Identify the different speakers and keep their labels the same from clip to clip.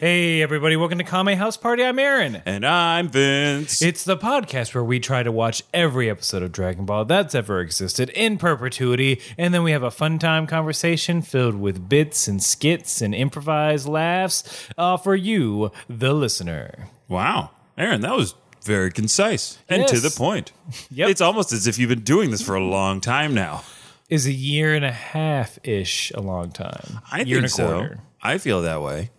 Speaker 1: Hey, everybody, welcome to Kame House Party. I'm Aaron.
Speaker 2: And I'm Vince.
Speaker 1: It's the podcast where we try to watch every episode of Dragon Ball that's ever existed in perpetuity, and then we have a fun time conversation filled with bits and skits and improvised laughs uh, for you, the listener.
Speaker 2: wow. Aaron, that was very concise and to
Speaker 1: Yes.
Speaker 2: the point.
Speaker 1: Yep.
Speaker 2: It's almost as if you've been doing this for a long time now.
Speaker 1: Is a year and a half ish a long time?
Speaker 2: I
Speaker 1: year
Speaker 2: think so. I feel that way.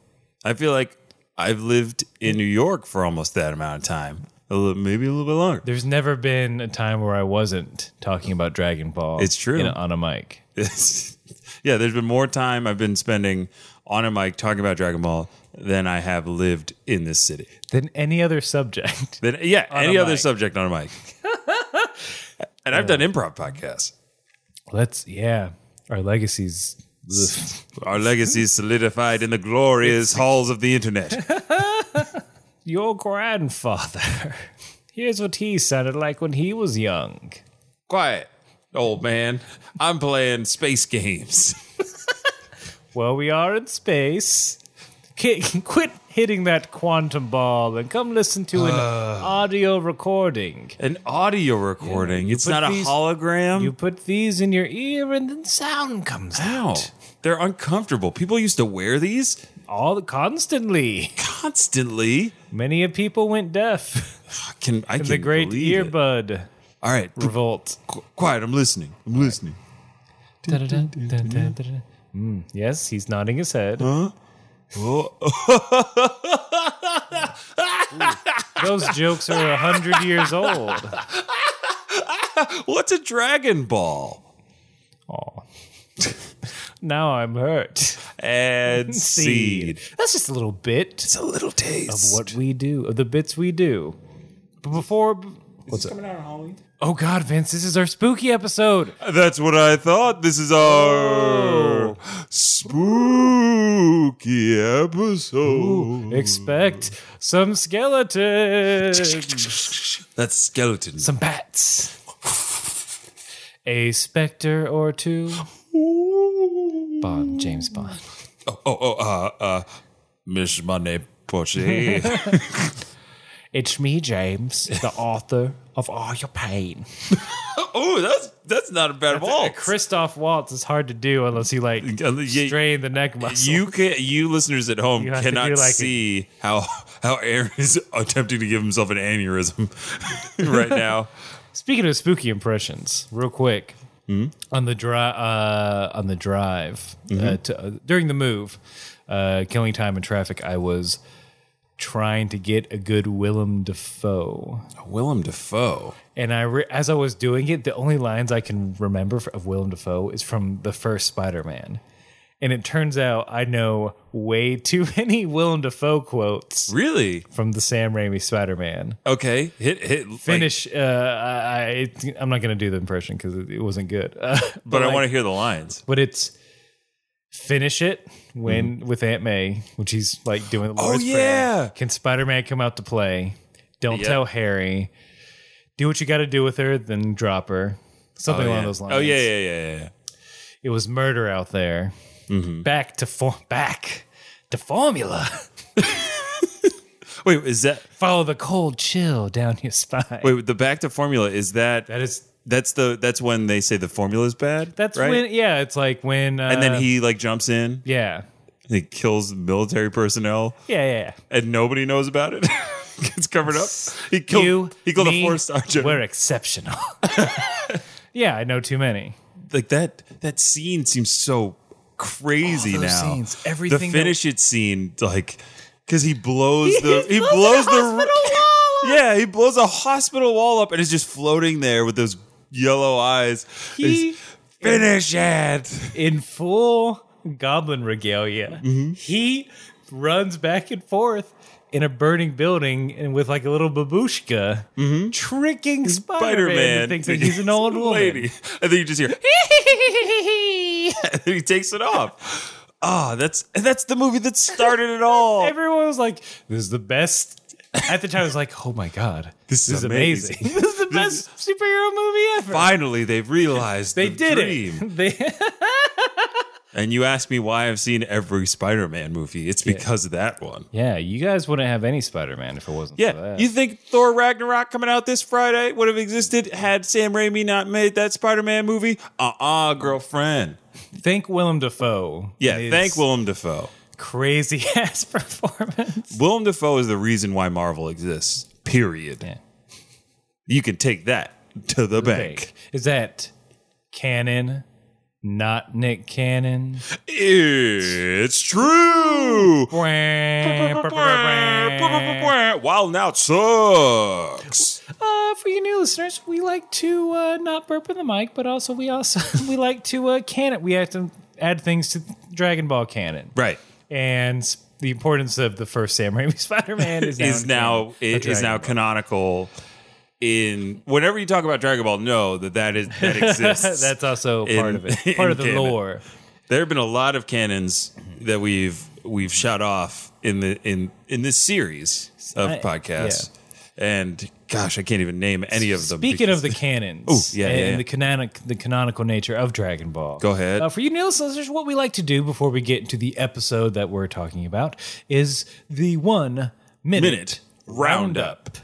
Speaker 2: I feel like I've lived in New York for almost that amount of time. A little, maybe a little bit longer.
Speaker 1: There's never been a time where I wasn't talking about Dragon Ball.
Speaker 2: It's true.
Speaker 1: in- on a mic.
Speaker 2: It's- yeah, there's been more time I've been spending on a mic talking about Dragon Ball than I have lived in this city.
Speaker 1: Than any other subject.
Speaker 2: Than yeah,
Speaker 1: a
Speaker 2: any other
Speaker 1: mic.
Speaker 2: subject on a mic. and I've done improv podcasts.
Speaker 1: Let's, yeah, our legacies.
Speaker 2: Our legacy is solidified in the glorious halls of the internet.
Speaker 1: Your grandfather. Here's what he sounded like when he was young.
Speaker 2: Quiet, old man. I'm playing space games.
Speaker 1: Well, we are in space. Ki- Quit hitting that quantum ball and come listen to an audio recording.
Speaker 2: An audio recording. it's
Speaker 1: put
Speaker 2: not a
Speaker 1: these-
Speaker 2: hologram.
Speaker 1: You put these in your ear and then sound comes
Speaker 2: Ow.
Speaker 1: out.
Speaker 2: They're uncomfortable. People used to wear these
Speaker 1: All constantly.
Speaker 2: constantly.
Speaker 1: Many a people went deaf.
Speaker 2: I can I
Speaker 1: The
Speaker 2: can
Speaker 1: great
Speaker 2: believe it.
Speaker 1: earbud
Speaker 2: All right,
Speaker 1: revolt.
Speaker 2: qu- quiet. I'm listening. I'm listening.
Speaker 1: Mm, Yes, he's nodding his head. Those jokes are a hundred years old.
Speaker 2: What's a Dragon Ball?
Speaker 1: Now I'm hurt.
Speaker 2: And seed.
Speaker 1: That's just a little bit
Speaker 2: It's a little taste.
Speaker 1: of what we do, of the bits we do. But before, what's up?
Speaker 2: out on Halloween?
Speaker 1: Oh God, Vince, this is our spooky episode.
Speaker 2: That's what I thought. This is our spooky episode.
Speaker 1: Expect some skeletons,
Speaker 2: That's skeleton.
Speaker 1: some bats, a specter or two.
Speaker 2: Oh,
Speaker 1: Bond, James Bond.
Speaker 2: oh, oh, uh, uh, Miss Money Poche.
Speaker 1: It's me, James, the author of All Your Pain.
Speaker 2: oh, that's that's not a bad
Speaker 1: A
Speaker 2: ball.
Speaker 1: Christoph Waltz is hard to do unless you like strain the neck muscle.
Speaker 2: You can you listeners at home
Speaker 1: You have to
Speaker 2: cannot
Speaker 1: do like a-
Speaker 2: see how how Aaron is attempting to give himself an aneurysm right now.
Speaker 1: Speaking of spooky impressions, real quick on the dri- uh, on the drive uh, to, uh, during the move, uh, killing time in traffic, I was trying to get a good Willem Dafoe,
Speaker 2: Willem Dafoe.
Speaker 1: and I re- as I was doing it, the only lines I can remember for, of Willem Dafoe is from the first Spider Man. And it turns out I know way too many Willem Dafoe quotes
Speaker 2: Really?
Speaker 1: from the Sam Raimi Spider Man
Speaker 2: Okay. Hit hit like-
Speaker 1: finish. uh, I, I it, I'm not gonna do the impression because it, it wasn't good. Uh,
Speaker 2: but I
Speaker 1: like-
Speaker 2: want to hear the lines.
Speaker 1: But it's finish it when with Aunt May when she's like doing the Lord's
Speaker 2: Mm. Oh, yeah.
Speaker 1: Prayer. Can Spider-Man come out to play? Don't
Speaker 2: Yeah.
Speaker 1: tell Harry. Do what you got to do with her, then drop her. Something along
Speaker 2: yeah.
Speaker 1: those lines.
Speaker 2: Oh yeah, yeah, yeah, yeah, yeah.
Speaker 1: It was murder out there.
Speaker 2: Mm-hmm.
Speaker 1: Back to form. Back to formula.
Speaker 2: Wait, is that
Speaker 1: Follow the cold chill down your spine.
Speaker 2: wait the back to formula? Is that
Speaker 1: That is.
Speaker 2: that's the that's when they say the formula is bad.
Speaker 1: That's
Speaker 2: right.
Speaker 1: when. Yeah, it's like when. Uh,
Speaker 2: and then he like jumps in
Speaker 1: Yeah.
Speaker 2: and he kills military personnel.
Speaker 1: Yeah, yeah, yeah.
Speaker 2: and nobody knows about it. Gets covered up. He killed.
Speaker 1: you,
Speaker 2: he killed
Speaker 1: me,
Speaker 2: a four star general.
Speaker 1: We're exceptional. yeah, I know too many.
Speaker 2: Like that. That scene seems so crazy
Speaker 1: All those
Speaker 2: now.
Speaker 1: scenes, everything
Speaker 2: The
Speaker 1: that-
Speaker 2: finish it scene, like, because he blows the. He,
Speaker 1: blows
Speaker 2: blows
Speaker 1: the
Speaker 2: the.
Speaker 1: hospital
Speaker 2: yeah, he blows a hospital wall up, and it's just floating there with those yellow eyes.
Speaker 1: He-
Speaker 2: It's, finish it.
Speaker 1: In full goblin regalia,
Speaker 2: Mm-hmm.
Speaker 1: he runs back and forth in a burning building and with like a little babushka, tricking Spider Man
Speaker 2: Spider-Man.
Speaker 1: thinks that he's an old woman.
Speaker 2: lady. And then you just hear, and then he takes it off. Ah, that's that's the movie that started it all.
Speaker 1: Everyone was like, "This is the best." At the time, I was like, "Oh my god,
Speaker 2: This is amazing.
Speaker 1: this is the best superhero movie ever."
Speaker 2: Finally, they've realized
Speaker 1: They
Speaker 2: the
Speaker 1: did
Speaker 2: dream.
Speaker 1: it. They
Speaker 2: And you asked me why I've seen every Spider-Man movie. It's because of that one.
Speaker 1: Yeah, you guys wouldn't have any Spider-Man if it wasn't for
Speaker 2: Yeah,
Speaker 1: that.
Speaker 2: you think Thor Ragnarok coming out this Friday would have existed had Sam Raimi not made that Spider-Man movie? Uh-uh, girlfriend.
Speaker 1: thank Willem Dafoe.
Speaker 2: Yeah,
Speaker 1: and his
Speaker 2: thank Willem Dafoe.
Speaker 1: Crazy ass performance.
Speaker 2: Willem Dafoe is the reason why Marvel exists. Period.
Speaker 1: Yeah.
Speaker 2: You can take that to the, bank.
Speaker 1: Fake. Is that canon? Not Nick Cannon.
Speaker 2: It's true.
Speaker 1: uh,
Speaker 2: Wild now sucks.
Speaker 1: for you new listeners, we like to uh, not burp in the mic, but also we also we like to uh, can it. We have to add things to Dragon Ball canon.
Speaker 2: Right.
Speaker 1: and s- the importance of the first Sam Raimi Spider-Man is now
Speaker 2: is
Speaker 1: in
Speaker 2: now
Speaker 1: canon.
Speaker 2: it
Speaker 1: A
Speaker 2: is now
Speaker 1: Dragon
Speaker 2: canonical in whenever you talk about Dragon Ball, know that that is that
Speaker 1: Ball.
Speaker 2: exists.
Speaker 1: That's also
Speaker 2: in-
Speaker 1: part of
Speaker 2: in
Speaker 1: it, part of the
Speaker 2: canon.
Speaker 1: lore.
Speaker 2: there have been a lot of canons that we've we've shut off in the in in this series of
Speaker 1: I-
Speaker 2: podcasts. And gosh, I can't even name any of them.
Speaker 1: Speaking
Speaker 2: because-
Speaker 1: of the canons,
Speaker 2: Ooh, yeah, yeah,
Speaker 1: and
Speaker 2: yeah.
Speaker 1: the canonic, the canonical nature of Dragon Ball.
Speaker 2: Go ahead.
Speaker 1: Uh, for you new listeners, what we like to do before we get into the episode that we're talking about is the one minute,
Speaker 2: Minute roundup.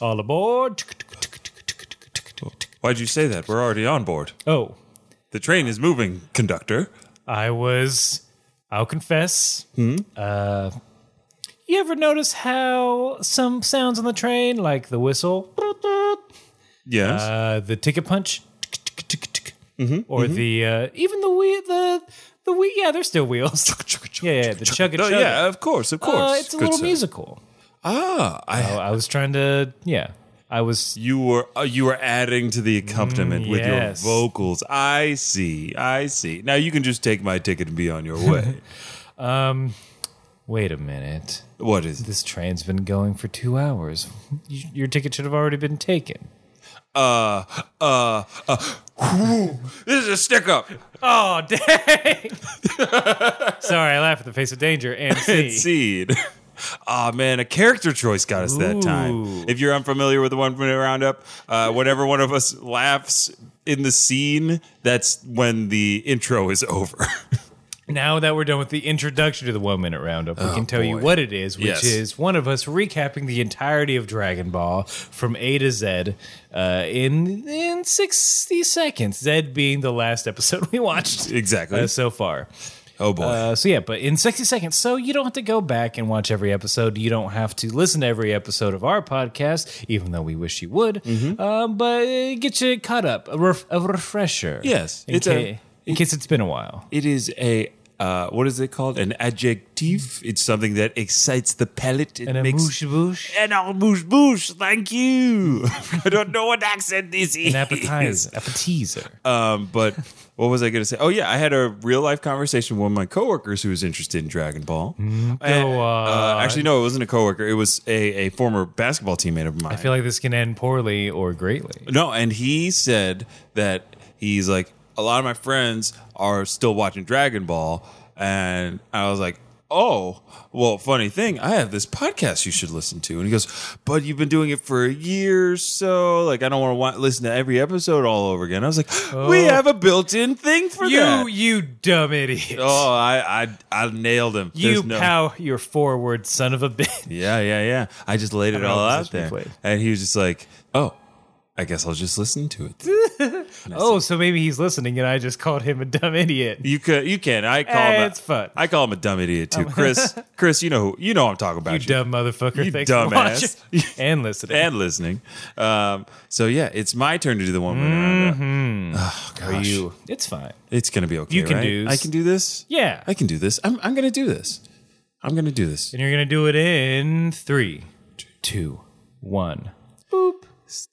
Speaker 1: All aboard!
Speaker 2: why'd you say that? We're already on board.
Speaker 1: Oh,
Speaker 2: The train is moving, conductor.
Speaker 1: I was. I'll confess.
Speaker 2: Hmm?
Speaker 1: Uh, you ever notice how some sounds on the train, like the whistle,
Speaker 2: Yes.
Speaker 1: uh, the ticket punch,
Speaker 2: Mm-hmm,
Speaker 1: or the uh, even the wheel, the the wheel, yeah, they're still wheels. yeah, yeah, the chugga
Speaker 2: No,
Speaker 1: chugga.
Speaker 2: oh, yeah, of course, of course.
Speaker 1: uh, it's a
Speaker 2: Good
Speaker 1: little
Speaker 2: sir.
Speaker 1: musical.
Speaker 2: Ah, I,
Speaker 1: Oh, I was trying to. Yeah, I was.
Speaker 2: you were uh, you were adding to the accompaniment with
Speaker 1: Mm, yes.
Speaker 2: your vocals. I see, I see. Now you can just take my ticket and be on your way.
Speaker 1: Wait a minute.
Speaker 2: what is it?
Speaker 1: This train's been going for two hours. Y- Your ticket should have already been taken.
Speaker 2: Uh, uh, uh. whew, this is a stick up.
Speaker 1: Oh, dang. Sorry, I laugh at the face of danger and see.
Speaker 2: Seed. Ah man, a character choice got us that time.
Speaker 1: Ooh.
Speaker 2: If you're unfamiliar with the one minute roundup, uh, whenever one of us laughs in the scene, that's when the intro is over.
Speaker 1: Now that we're done with the introduction to the one minute roundup, we can tell you
Speaker 2: Oh, boy.
Speaker 1: what it is, which
Speaker 2: Yes.
Speaker 1: is one of us recapping the entirety of Dragon Ball from A to Z uh, in in 60 seconds. Z being the last episode we watched
Speaker 2: exactly.
Speaker 1: uh, so far.
Speaker 2: oh boy.
Speaker 1: Uh, so yeah, but in 60 seconds. So you don't have to go back and watch every episode. You don't have to listen to every episode of our podcast, even though we wish you would.
Speaker 2: Mm-hmm.
Speaker 1: Um, but uh, get you caught up, a, ref- a refresher.
Speaker 2: Yes,
Speaker 1: in,
Speaker 2: it's
Speaker 1: ca-
Speaker 2: a-
Speaker 1: in case it's been a while.
Speaker 2: It is a uh, what is it called? An adjective. It's something that excites the palate. It
Speaker 1: And a
Speaker 2: makes
Speaker 1: moosh boosh.
Speaker 2: an amuse bouche. Thank you. I don't know what accent this is.
Speaker 1: An appetizer. appetizer.
Speaker 2: Um, but what was I going to say? Oh yeah, I had a real life conversation with one of my coworkers who was interested in Dragon Ball. And,
Speaker 1: Mm-hmm. go
Speaker 2: uh, actually, no, it wasn't a coworker. It was a, a former basketball teammate of mine.
Speaker 1: I feel like this can end poorly or greatly.
Speaker 2: No, and he said that he's like a lot of my friends are still watching Dragon Ball, and I was like, oh, well, funny thing, I have this podcast you should listen to, and he goes, but you've been doing it for a year or so, like I don't want to wa- listen to every episode all over again. I was like, we have a built-in thing for
Speaker 1: Oh. You,
Speaker 2: that.
Speaker 1: you dumb idiot.
Speaker 2: Oh, I, I I nailed him.
Speaker 1: you
Speaker 2: There's no-
Speaker 1: pow, you forward son of a bitch.
Speaker 2: yeah, yeah, yeah. I just laid it
Speaker 1: don't know
Speaker 2: all
Speaker 1: what
Speaker 2: out
Speaker 1: position he
Speaker 2: there,
Speaker 1: played.
Speaker 2: and he was just like, oh. I guess I'll just listen to it.
Speaker 1: Oh, so maybe he's listening and I just called him a dumb idiot.
Speaker 2: You could, you can. I call
Speaker 1: Hey,
Speaker 2: him. A,
Speaker 1: it's fun. Oh
Speaker 2: I call him a dumb idiot too, Chris. Chris, you know who, you know I'm talking about. You,
Speaker 1: You dumb motherfucker.
Speaker 2: You
Speaker 1: Thanks for
Speaker 2: dumbass.
Speaker 1: watching and listening.
Speaker 2: and listening. Um, so yeah, it's my turn to do the one minute roundup. Oh
Speaker 1: Are
Speaker 2: gosh,
Speaker 1: you? It's fine.
Speaker 2: it's gonna be okay.
Speaker 1: Mm-hmm. You can
Speaker 2: right?
Speaker 1: do-
Speaker 2: I can do this.
Speaker 1: Yeah.
Speaker 2: I can do this. I'm, I'm gonna do this. I'm gonna do this.
Speaker 1: and you're gonna do it in three, two, one.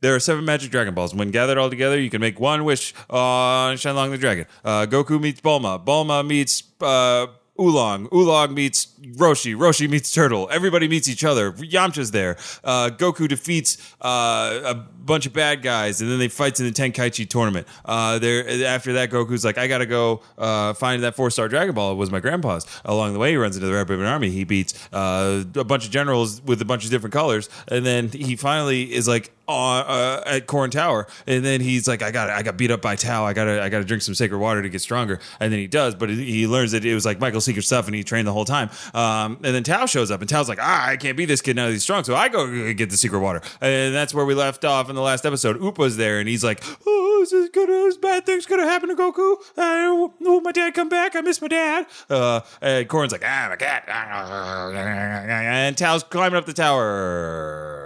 Speaker 2: There are seven magic Dragon Balls. When gathered all together, you can make one wish on Shenlong the Dragon. Uh, Goku meets Bulma. Bulma meets uh, Oolong. Oolong meets Roshi. Roshi meets Turtle. Everybody meets each other. Yamcha's there. Uh, Goku defeats uh, a bunch of bad guys, and then they fight in the Tenkaichi tournament. Uh, there after that, Goku's like, I gotta go uh, find that four star Dragon Ball. It was my grandpa's. Along the way, he runs into the Red Ribbon Army. He beats uh, a bunch of generals with a bunch of different colors, and then he finally is like, on, uh, at Corn Tower, and then he's like, "I got, I got beat up by Tao. I gotta, I gotta drink some sacred water to get stronger." And then he does, but he- he learns that it was like Michael's secret stuff, and he trained the whole time. Um, and then Tao shows up, and Tao's like, "Ah, I can't beat this kid now that he's strong, so I go get the secret water." And that's where we left off in the last episode. Upa's there, and he's like, "Oh, is this gonna, is bad things gonna happen to Goku? Uh, will my dad come back? I miss my dad." Uh, and Corn's like, "Ah, my cat," and Tao's climbing up the tower.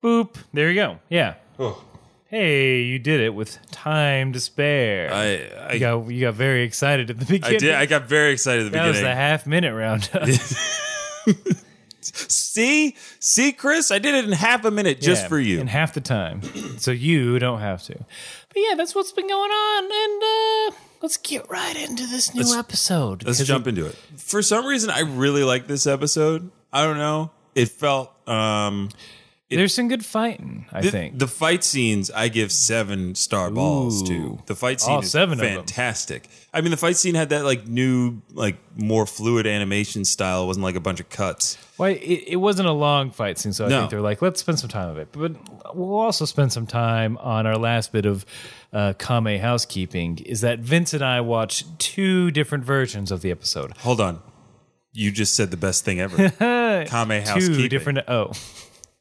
Speaker 1: Boop. There you go. Yeah.
Speaker 2: Oh.
Speaker 1: Hey, you did it with time to spare.
Speaker 2: I, I,
Speaker 1: you, got, you got very excited at the beginning.
Speaker 2: I did. I got very excited at the
Speaker 1: that was
Speaker 2: beginning.
Speaker 1: the half minute roundup.
Speaker 2: See, see, Chris, I did it in half a minute just
Speaker 1: Yeah,
Speaker 2: for you.
Speaker 1: And half the time. so you don't have to. But yeah, that's what's been going on. And uh, let's get right into this new episode.
Speaker 2: Let's
Speaker 1: 'cause
Speaker 2: jump into it. For some reason, I really like this episode. I don't know. It felt um
Speaker 1: There's some good fighting, I
Speaker 2: th-
Speaker 1: think.
Speaker 2: the fight scenes. I give seven star balls to. The fight scene
Speaker 1: All
Speaker 2: is
Speaker 1: seven of them.
Speaker 2: fantastic. I mean, the fight scene had that like new, like more fluid animation style. It wasn't like a bunch of cuts.
Speaker 1: Well, it, it wasn't a long fight scene, so I
Speaker 2: No.
Speaker 1: think they're like, let's spend some time of it. But we'll also spend some time on our last bit of uh, Kame housekeeping is that Vince and I watched two different versions of the episode.
Speaker 2: Hold on, you just said the best thing ever. Kame
Speaker 1: Two
Speaker 2: housekeeping.
Speaker 1: different. Oh,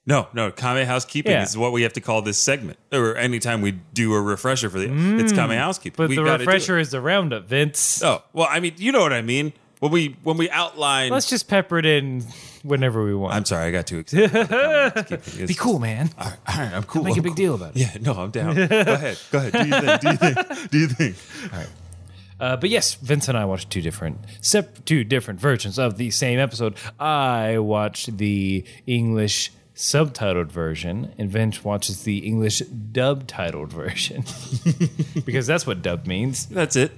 Speaker 2: No, no, Kame housekeeping
Speaker 1: Yeah.
Speaker 2: is what we have to call this segment, or anytime we do a refresher for the it's Kame housekeeping.
Speaker 1: Mm. but
Speaker 2: We've
Speaker 1: the
Speaker 2: gotta do it.
Speaker 1: refresher is the roundup, Vince.
Speaker 2: Oh well, I mean, you know what I mean. When we when we outline,
Speaker 1: Let's just pepper it in whenever we want.
Speaker 2: I'm sorry, I got too excited. about Kame housekeeping.
Speaker 1: Be
Speaker 2: It's-
Speaker 1: cool, man.
Speaker 2: All right, all right, I'm cool.
Speaker 1: Make a
Speaker 2: I'm
Speaker 1: big
Speaker 2: cool.
Speaker 1: deal about it.
Speaker 2: Yeah, no, I'm down. go ahead, go ahead. Do you think? Do you think? Do you think?
Speaker 1: Uh, but yes, Vince and I watched two different sep- two different versions of the same episode. I watched the English subtitled version, and Vince watches the English dub titled version because that's what dub means.
Speaker 2: That's it.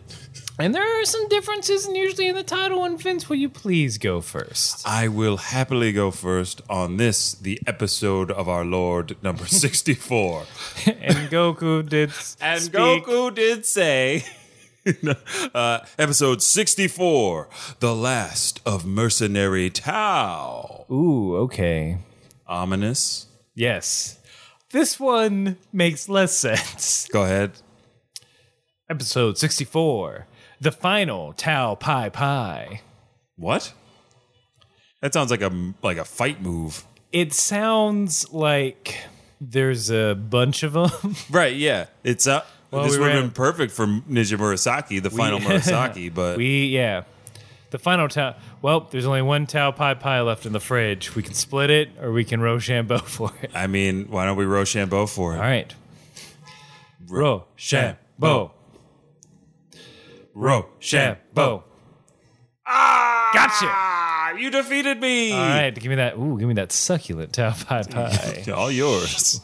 Speaker 1: And there are some differences, and usually in the title. And Vince, will you please go first?
Speaker 2: I will happily go first on this, the episode of our Lord number sixty-four.
Speaker 1: and Goku did s-
Speaker 2: And
Speaker 1: speak.
Speaker 2: Goku did say, uh, episode 64, The Last of Mercenary Tao.
Speaker 1: Ooh, okay,
Speaker 2: Ominous.
Speaker 1: yes. This one makes less sense.
Speaker 2: Go ahead.
Speaker 1: Episode 64 The Final Tao Pai Pai.
Speaker 2: What? That sounds like a like a fight move.
Speaker 1: It sounds like there's a bunch of them.
Speaker 2: Right, yeah. It's uh, this
Speaker 1: we
Speaker 2: would have
Speaker 1: ran-
Speaker 2: been perfect for Ninja Murasaki, the final Murasaki, but
Speaker 1: we, yeah. The final Tao. Well, there's only one Tao Pai Pai left in the fridge. We can split it or we can Rochambeau for it.
Speaker 2: I mean, why don't we Rochambeau for
Speaker 1: All
Speaker 2: it?
Speaker 1: right. Rochambeau. Rochambeau.
Speaker 2: Ah!
Speaker 1: Gotcha.
Speaker 2: You defeated me.
Speaker 1: All right, give me that. Ooh, give me that succulent Tao Pai Pai.
Speaker 2: All yours.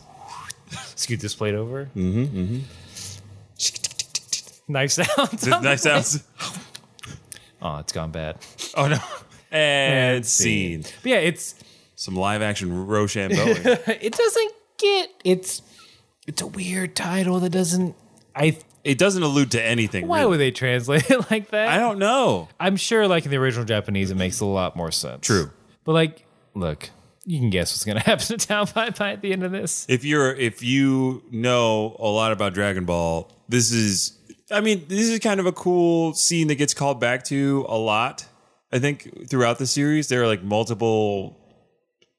Speaker 1: Scoot this plate over. Mm-hmm. mm-hmm. Knife sounds.
Speaker 2: nice sounds.
Speaker 1: Oh, it's gone bad.
Speaker 2: Oh no. And, scene.
Speaker 1: But yeah, it's
Speaker 2: Some live action Rochambeau.
Speaker 1: it doesn't get it's it's a weird title that doesn't I
Speaker 2: it doesn't allude to anything.
Speaker 1: why
Speaker 2: really.
Speaker 1: would they translate it like
Speaker 2: I
Speaker 1: that?
Speaker 2: don't know.
Speaker 1: I'm sure like in the original Japanese it makes a lot more sense.
Speaker 2: True.
Speaker 1: But like look, you can guess what's gonna happen to Town Pai Pai at the end of this.
Speaker 2: If you're if you know a lot about Dragon Ball, this is I mean, this is kind of a cool scene that gets called back to a lot. I think throughout the series there are like multiple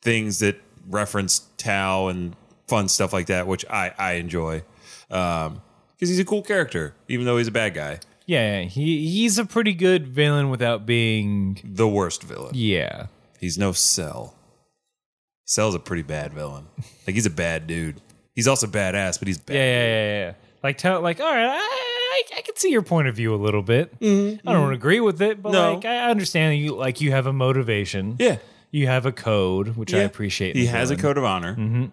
Speaker 2: things that reference Tao and fun stuff like that, which I I enjoy. Um because he's a cool character, even though he's a bad guy.
Speaker 1: Yeah, he he's a pretty good villain without being
Speaker 2: The worst villain.
Speaker 1: Yeah.
Speaker 2: He's no Cell. Cell's a pretty bad villain. Like he's a bad dude. He's also badass, but he's bad.
Speaker 1: Yeah, yeah, yeah, yeah. Like tell like, all right, I I, I can see your point of view a little bit. I don't agree with it, but
Speaker 2: No.
Speaker 1: like I understand you like you have a motivation.
Speaker 2: Yeah.
Speaker 1: You have a code, which I
Speaker 2: Yeah.
Speaker 1: appreciate. in
Speaker 2: He
Speaker 1: the
Speaker 2: has a
Speaker 1: villain. Mm-hmm.
Speaker 2: code of honor.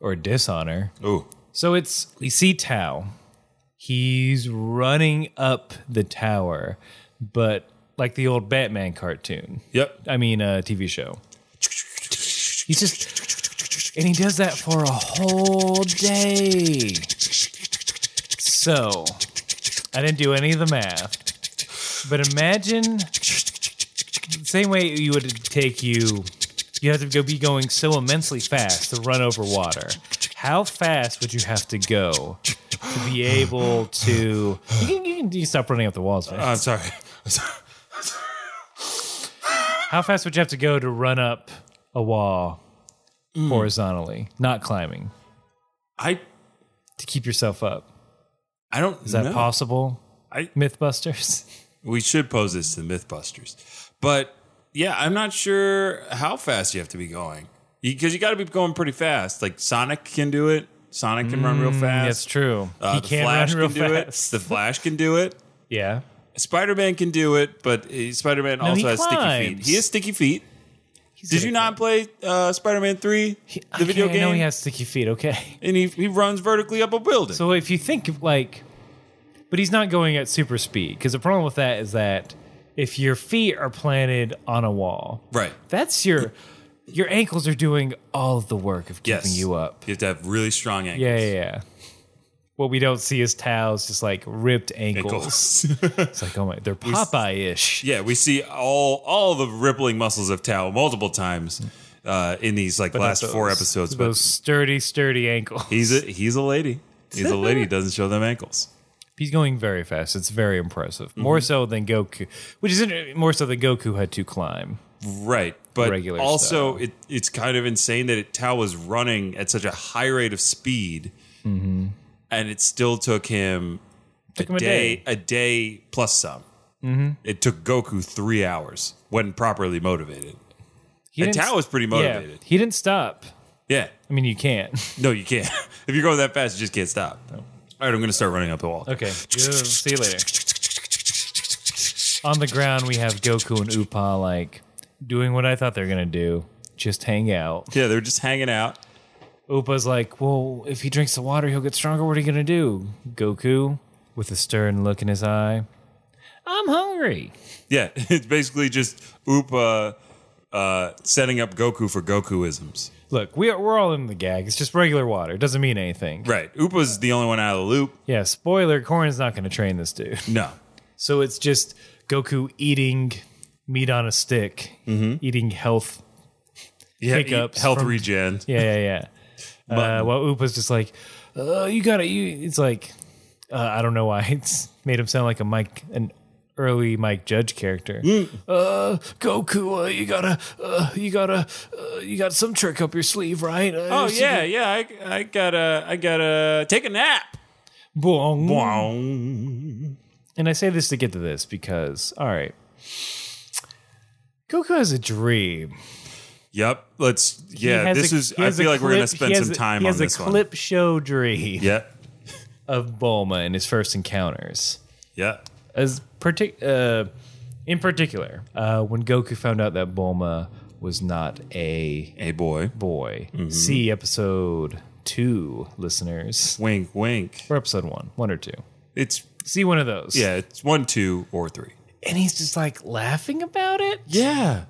Speaker 1: or dishonor.
Speaker 2: Ooh.
Speaker 1: So it's we see Tao. He's running up the tower, but like the old Batman cartoon.
Speaker 2: Yep.
Speaker 1: I mean, uh, TV show. He's just, and he does that for a whole day. So, I didn't do any of the math, but imagine same way you would take you. You have to go be going so immensely fast to run over water. How fast would you have to go to be able to? You can, you can, you can stop running up the walls, man.
Speaker 2: Uh, I'm sorry. I'm sorry.
Speaker 1: How fast would you have to go to run up a wall
Speaker 2: Mm.
Speaker 1: horizontally, not climbing,
Speaker 2: I
Speaker 1: to keep yourself up?
Speaker 2: I don't Is
Speaker 1: Is that possible?
Speaker 2: I-
Speaker 1: Mythbusters.
Speaker 2: we should pose this to the Mythbusters. But yeah, I'm not sure how fast you have to be going because you got to be going pretty fast. Like Sonic can do it. Sonic can run real fast.
Speaker 1: Mm, That's true.
Speaker 2: Uh,
Speaker 1: he
Speaker 2: the
Speaker 1: can
Speaker 2: Flash
Speaker 1: run real
Speaker 2: can do
Speaker 1: fast.
Speaker 2: it. The Flash can do it.
Speaker 1: yeah,
Speaker 2: Spider Man can do it, but uh, Spider Man
Speaker 1: he
Speaker 2: also has sticky feet.
Speaker 1: climbs.
Speaker 2: He has sticky feet.
Speaker 1: He's
Speaker 2: Did you
Speaker 1: gonna-
Speaker 2: not play uh, Spider Man Three, the
Speaker 1: Okay,
Speaker 2: video
Speaker 1: I know
Speaker 2: game?
Speaker 1: he has sticky feet. Okay,
Speaker 2: and he, he runs vertically up a building.
Speaker 1: so if you think of like, but he's not going at super speed because the problem with that is that if your feet are planted on a wall,
Speaker 2: right.
Speaker 1: that's your your ankles are doing all of the work of keeping
Speaker 2: Yes.
Speaker 1: you up.
Speaker 2: You have to have really strong ankles.
Speaker 1: Yeah, yeah, yeah. What we don't see is Tao's just like ripped ankles.
Speaker 2: Ankles.
Speaker 1: It's like, oh my, they're Popeye ish.
Speaker 2: Yeah, we see all all the rippling muscles of Tao multiple times uh, in these like last four episodes. But
Speaker 1: Those sturdy, sturdy ankles.
Speaker 2: he's a he's a lady. He's a lady. Doesn't show them ankles.
Speaker 1: He's going very fast. It's very impressive.
Speaker 2: Mm-hmm.
Speaker 1: More so than Goku, which is inter- more so than Goku had to climb.
Speaker 2: Right, but
Speaker 1: Regular
Speaker 2: also
Speaker 1: style.
Speaker 2: it, it's kind of insane that it, Tao was running at such a high rate of speed, and it still took him,
Speaker 1: Mm-hmm. Took
Speaker 2: a,
Speaker 1: him a Mm-hmm.
Speaker 2: day, a day plus some. It took Goku three hours when properly motivated.
Speaker 1: He
Speaker 2: And
Speaker 1: didn't-
Speaker 2: Tao was pretty motivated.
Speaker 1: Yeah, he didn't stop.
Speaker 2: Yeah,
Speaker 1: I mean, you can't.
Speaker 2: No, you can't. if you're going that fast, you just can't stop. All right, I'm going to start running up the wall.
Speaker 1: Okay. See you later. On the ground, we have Goku and Upa like doing what I thought they were gonna do, just hang out.
Speaker 2: Yeah, they're just hanging out.
Speaker 1: Upa's like, well, if he drinks the water, he'll get stronger. What are you gonna do? Goku, with a stern look in his eye, I'm hungry.
Speaker 2: Yeah, it's basically just Upa uh, setting up Goku for Gokuisms.
Speaker 1: Look, we are, we're all in the gag. It's just regular water. It doesn't mean anything.
Speaker 2: Right. Upa's the only one out of the loop.
Speaker 1: Yeah, spoiler, Corrin's not going to train this dude.
Speaker 2: No.
Speaker 1: So it's just Goku eating meat on a stick, eating health.
Speaker 2: Yeah,
Speaker 1: Hiccups
Speaker 2: health
Speaker 1: from-
Speaker 2: regen.
Speaker 1: Yeah, yeah, yeah. uh, well, Upa's just like, uh, you got to, you. it's like, uh, I don't know why it's made him sound like a Mike, an early Mike Judge character.
Speaker 2: Mm.
Speaker 1: Uh, Goku, uh, you gotta, uh, you gotta, uh, you got some trick up your sleeve, right? Uh,
Speaker 2: Oh yeah, yeah. I, I gotta I gotta take a nap.
Speaker 1: Boong.
Speaker 2: Boing.
Speaker 1: And I say this to get to this because, all right, Goku has a dream.
Speaker 2: Yep. Let's.
Speaker 1: He
Speaker 2: Yeah.
Speaker 1: has
Speaker 2: This
Speaker 1: a-
Speaker 2: is.
Speaker 1: he
Speaker 2: I
Speaker 1: has a
Speaker 2: feel like we're gonna
Speaker 1: clip-
Speaker 2: spend
Speaker 1: he has
Speaker 2: some
Speaker 1: a-
Speaker 2: time
Speaker 1: he
Speaker 2: on
Speaker 1: has
Speaker 2: this
Speaker 1: a
Speaker 2: one.
Speaker 1: clip show dream
Speaker 2: Yep.
Speaker 1: of Bulma and his first encounters.
Speaker 2: Yep.
Speaker 1: As partic- uh, in particular, uh, when Goku found out that Bulma was not a
Speaker 2: Hey boy.
Speaker 1: boy.
Speaker 2: Mm-hmm.
Speaker 1: See episode two, listeners,
Speaker 2: Wink, wink.
Speaker 1: or episode one, one or two.
Speaker 2: It's
Speaker 1: See one of those.
Speaker 2: yeah. It's one, two, or three.
Speaker 1: and he's just like laughing about it.
Speaker 2: Yeah.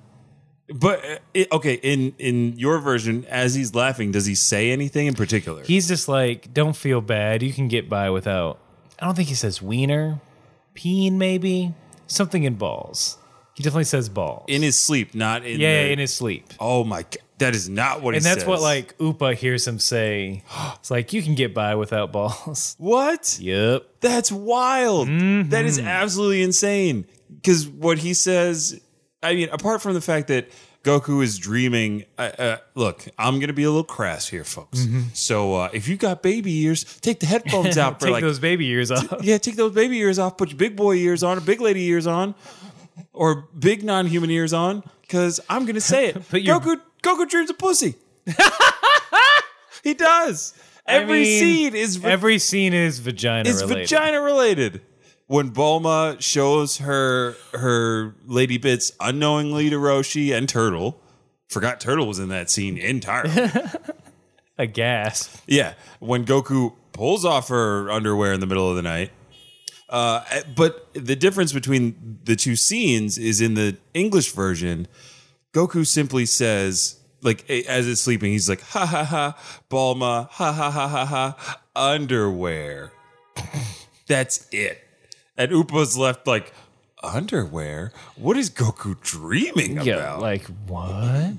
Speaker 2: But uh, it, okay, in in your version, as he's laughing, does he say anything in particular?
Speaker 1: He's just like, don't feel bad. You can get by without. I don't think he says wiener, peen, maybe something in balls. He definitely says balls.
Speaker 2: in his sleep, not in.
Speaker 1: yeah,
Speaker 2: the-
Speaker 1: in his sleep.
Speaker 2: Oh my god, that is not what.
Speaker 1: And
Speaker 2: he
Speaker 1: that's what
Speaker 2: says.
Speaker 1: like Upa hears him say. It's like you can get by without balls.
Speaker 2: what?
Speaker 1: yep.
Speaker 2: That's wild. That is
Speaker 1: Mm-hmm.
Speaker 2: absolutely insane. Because what he says, I mean, apart from the fact that Goku is dreaming, uh, uh, look, I'm gonna be a little crass here, folks.
Speaker 1: Mm-hmm.
Speaker 2: So uh, if you got baby ears, take the headphones out for
Speaker 1: Take
Speaker 2: like
Speaker 1: those baby ears off.
Speaker 2: Yeah, take those baby ears off, put your big boy ears on, or big lady ears on, or big non human ears on, because I'm going to say it.
Speaker 1: Put your-
Speaker 2: Goku, Goku dreams of pussy. he does. Every
Speaker 1: mean,
Speaker 2: seed is, va-
Speaker 1: Every scene is vagina
Speaker 2: is
Speaker 1: related.
Speaker 2: vagina related. When Bulma shows her her lady bits unknowingly to Roshi and Turtle, forgot Turtle was in that scene entirely.
Speaker 1: A gasp.
Speaker 2: Yeah, when Goku pulls off her underwear in the middle of the night. Uh, but the difference between the two scenes is in the English version, Goku simply says, like a- as it's sleeping, he's like, "Ha ha ha, Balma, ha ha ha ha ha, underwear." That's it. And Upa's left like underwear. What is Goku dreaming
Speaker 1: Yeah,
Speaker 2: about?
Speaker 1: like what?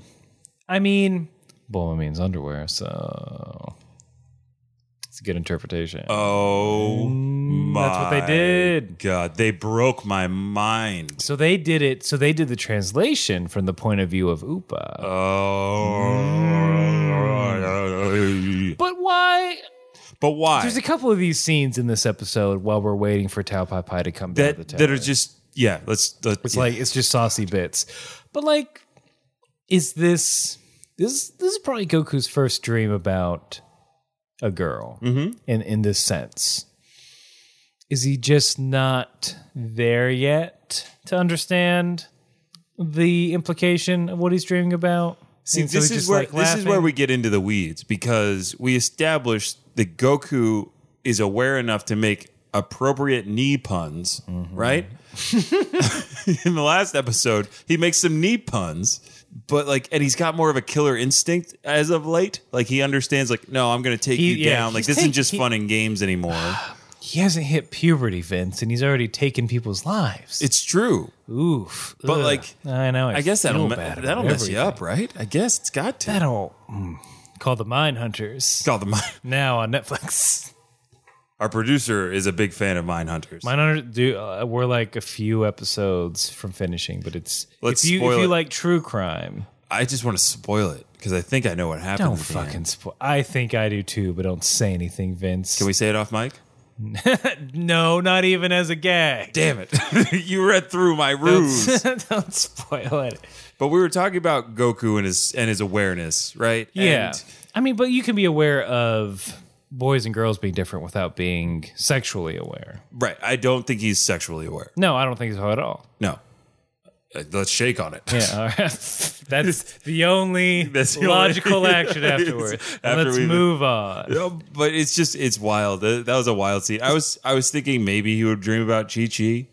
Speaker 1: I mean, Bulma means underwear, so it's a good interpretation.
Speaker 2: oh my!
Speaker 1: Mm, that's what they did.
Speaker 2: God, they broke my mind.
Speaker 1: so they did it. So they did the translation from the point of view of Upa.
Speaker 2: Oh.
Speaker 1: but why?
Speaker 2: But why?
Speaker 1: Mm. There's a couple of these scenes in this episode while we're waiting for Tao Pai Pai to come down
Speaker 2: that
Speaker 1: the tower.
Speaker 2: that are just yeah. Let's. let's
Speaker 1: It's like it's just saucy bits. But like, is this this this is probably Goku's first dream about a girl
Speaker 2: Mm-hmm.
Speaker 1: in in this sense? Is he just not there yet to understand the implication of what he's dreaming about?
Speaker 2: See,
Speaker 1: And so
Speaker 2: this
Speaker 1: he's
Speaker 2: is
Speaker 1: just,
Speaker 2: where
Speaker 1: like,
Speaker 2: this is where
Speaker 1: laughing?
Speaker 2: we get into the weeds because we established that Goku is aware enough to make appropriate knee puns,
Speaker 1: Mm-hmm.
Speaker 2: right? In the last episode, he makes some knee puns, but like, and he's got more of a killer instinct as of late. Like, he understands, like, no, I'm going to take
Speaker 1: He-
Speaker 2: you
Speaker 1: yeah,
Speaker 2: down. Like,
Speaker 1: he's
Speaker 2: this
Speaker 1: take-
Speaker 2: isn't just
Speaker 1: he-
Speaker 2: fun and games anymore.
Speaker 1: he hasn't hit puberty, Vince, and he's already taken people's lives.
Speaker 2: It's true.
Speaker 1: Oof.
Speaker 2: But,
Speaker 1: Ugh.
Speaker 2: like,
Speaker 1: I know. I,
Speaker 2: I guess that'll
Speaker 1: feel
Speaker 2: me-
Speaker 1: bad about
Speaker 2: that'll mess you
Speaker 1: everything.
Speaker 2: up, right? I guess it's got to.
Speaker 1: That'll mm, call the Mind Hunters.
Speaker 2: Call them.
Speaker 1: now on Netflix.
Speaker 2: Our producer is a big fan of Mine Hunters.
Speaker 1: Mindhunter, do uh, we're like a few episodes from finishing, but it's
Speaker 2: Let's
Speaker 1: if you
Speaker 2: spoil
Speaker 1: if you
Speaker 2: it.
Speaker 1: like true crime,
Speaker 2: I just want to spoil it because I think I know what happens.
Speaker 1: don't
Speaker 2: at the
Speaker 1: fucking
Speaker 2: end.
Speaker 1: spoil. I think I do too, but don't say anything, Vince.
Speaker 2: Can we say it off mic?
Speaker 1: no, not even as a gag.
Speaker 2: Damn it. you read through my ruse.
Speaker 1: don't spoil it.
Speaker 2: but we were talking about Goku and his and his awareness, right?
Speaker 1: Yeah,
Speaker 2: And
Speaker 1: I mean, but you can be aware of boys and girls being different without being sexually aware.
Speaker 2: right. I don't think he's sexually aware.
Speaker 1: No, I don't think so at all.
Speaker 2: No. Uh, Let's shake on it.
Speaker 1: Yeah, all right. that's the only
Speaker 2: That's the only-
Speaker 1: logical action afterwards.
Speaker 2: After
Speaker 1: Let's
Speaker 2: we've-
Speaker 1: move on.
Speaker 2: No, but it's just it's wild. That that was a wild scene. I was I was thinking maybe he would dream about Chi Chi.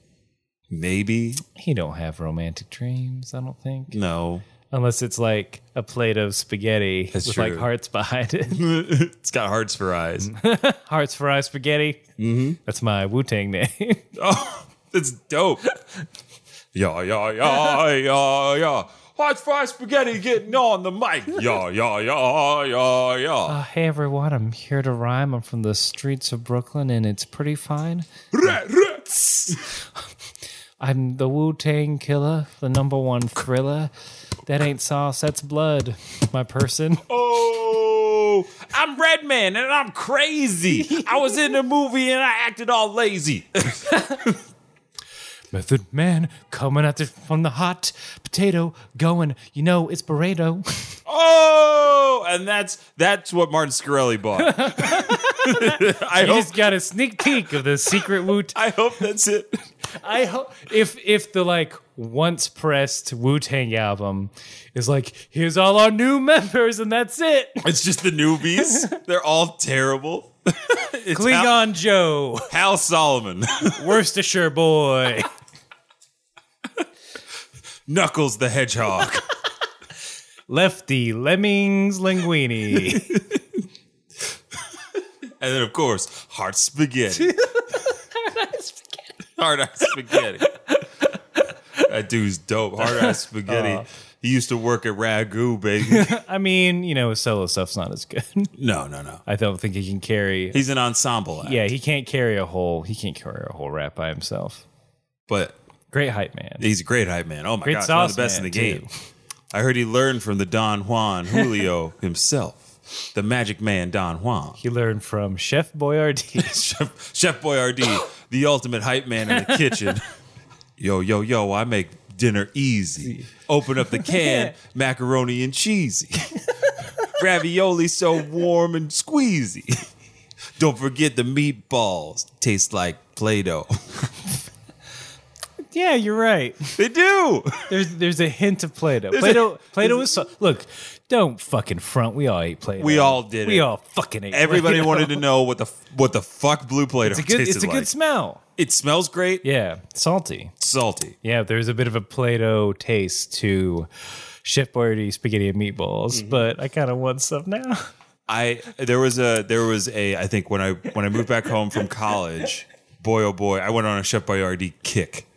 Speaker 2: Maybe.
Speaker 1: He don't have romantic dreams, I don't think.
Speaker 2: No.
Speaker 1: Unless it's like a plate of spaghetti
Speaker 2: That's
Speaker 1: with
Speaker 2: true.
Speaker 1: like hearts behind it.
Speaker 2: it's got hearts for eyes.
Speaker 1: hearts for eye spaghetti. Mm-hmm. That's my Wu Tang name.
Speaker 2: Oh, that's dope. Yeah, yeah, yeah, yeah, yeah. Hot fried spaghetti getting on the mic. Yeah, yeah, yeah, yeah, yeah.
Speaker 1: Uh, hey everyone, I'm here to rhyme. I'm from the streets of Brooklyn and it's pretty fine.
Speaker 2: Rah, rah, tss.
Speaker 1: I'm the Wu Tang killer, the number one thriller. That ain't sauce, that's blood, my person.
Speaker 2: Oh, I'm Redman and I'm crazy. I was in a movie and I acted all lazy.
Speaker 1: Method Man coming at the from the hot potato, going, you know, it's Burrito.
Speaker 2: Oh, and that's that's what Martin Scarelli bought. I
Speaker 1: You
Speaker 2: hope
Speaker 1: just got a sneak peek of the secret Wu Tang.
Speaker 2: I hope that's it.
Speaker 1: I hope if if the like once pressed Wu Tang album is like, here's all our new members and that's it.
Speaker 2: It's just the newbies. They're all terrible. it's Hal,
Speaker 1: Klingon Joe,
Speaker 2: Hal Solomon.
Speaker 1: Worcestershire boy,
Speaker 2: Knuckles the Hedgehog.
Speaker 1: Lefty Lemmings Linguini.
Speaker 2: and then, of course, Heart Spaghetti. Hard Eye Spaghetti. that dude's dope. Hard Eye Spaghetti.
Speaker 1: Uh-huh.
Speaker 2: he used to work at Ragu, baby.
Speaker 1: I mean, you know, his solo stuff's not as good.
Speaker 2: no, no, no.
Speaker 1: I don't think he can carry.
Speaker 2: He's an ensemble act.
Speaker 1: Yeah, he can't carry a whole. He can't carry a whole rap by himself.
Speaker 2: But
Speaker 1: Great hype man.
Speaker 2: he's a great hype man. Oh, my
Speaker 1: Great
Speaker 2: gosh. One of
Speaker 1: sauce
Speaker 2: the best in
Speaker 1: man,
Speaker 2: the
Speaker 1: too.
Speaker 2: game. I heard he learned from the Don Juan Julio himself. The magic man, Don Juan.
Speaker 1: He learned from Chef Boyardee.
Speaker 2: Chef, Chef Boyardee, the ultimate hype man in the kitchen. Yo, yo, yo, I make dinner easy. Open up the can, macaroni and cheesy. Ravioli so warm and squeezy. Don't forget the meatballs. Taste like Play-Doh.
Speaker 1: yeah, you're right.
Speaker 2: They do.
Speaker 1: There's there's a hint of Play-Doh.
Speaker 2: a-
Speaker 1: Play-Doh Play-Doh is so, look. Don't fucking front. We all ate Play-Doh.
Speaker 2: We all did
Speaker 1: We
Speaker 2: it.
Speaker 1: all fucking ate.
Speaker 2: Everybody
Speaker 1: Play-Doh.
Speaker 2: wanted to know what the f- what the fuck blue plate
Speaker 1: It's a good. It's a good
Speaker 2: like.
Speaker 1: smell.
Speaker 2: it smells great.
Speaker 1: Yeah, salty.
Speaker 2: It's salty.
Speaker 1: Yeah, there's a bit of a Play-Doh taste to Chef Boyardee spaghetti and meatballs,
Speaker 2: Mm-hmm.
Speaker 1: but I kind of want some now.
Speaker 2: I there was a there was a I think when I when I moved back home from college, boy oh boy, I went on a Chef Boyardee kick.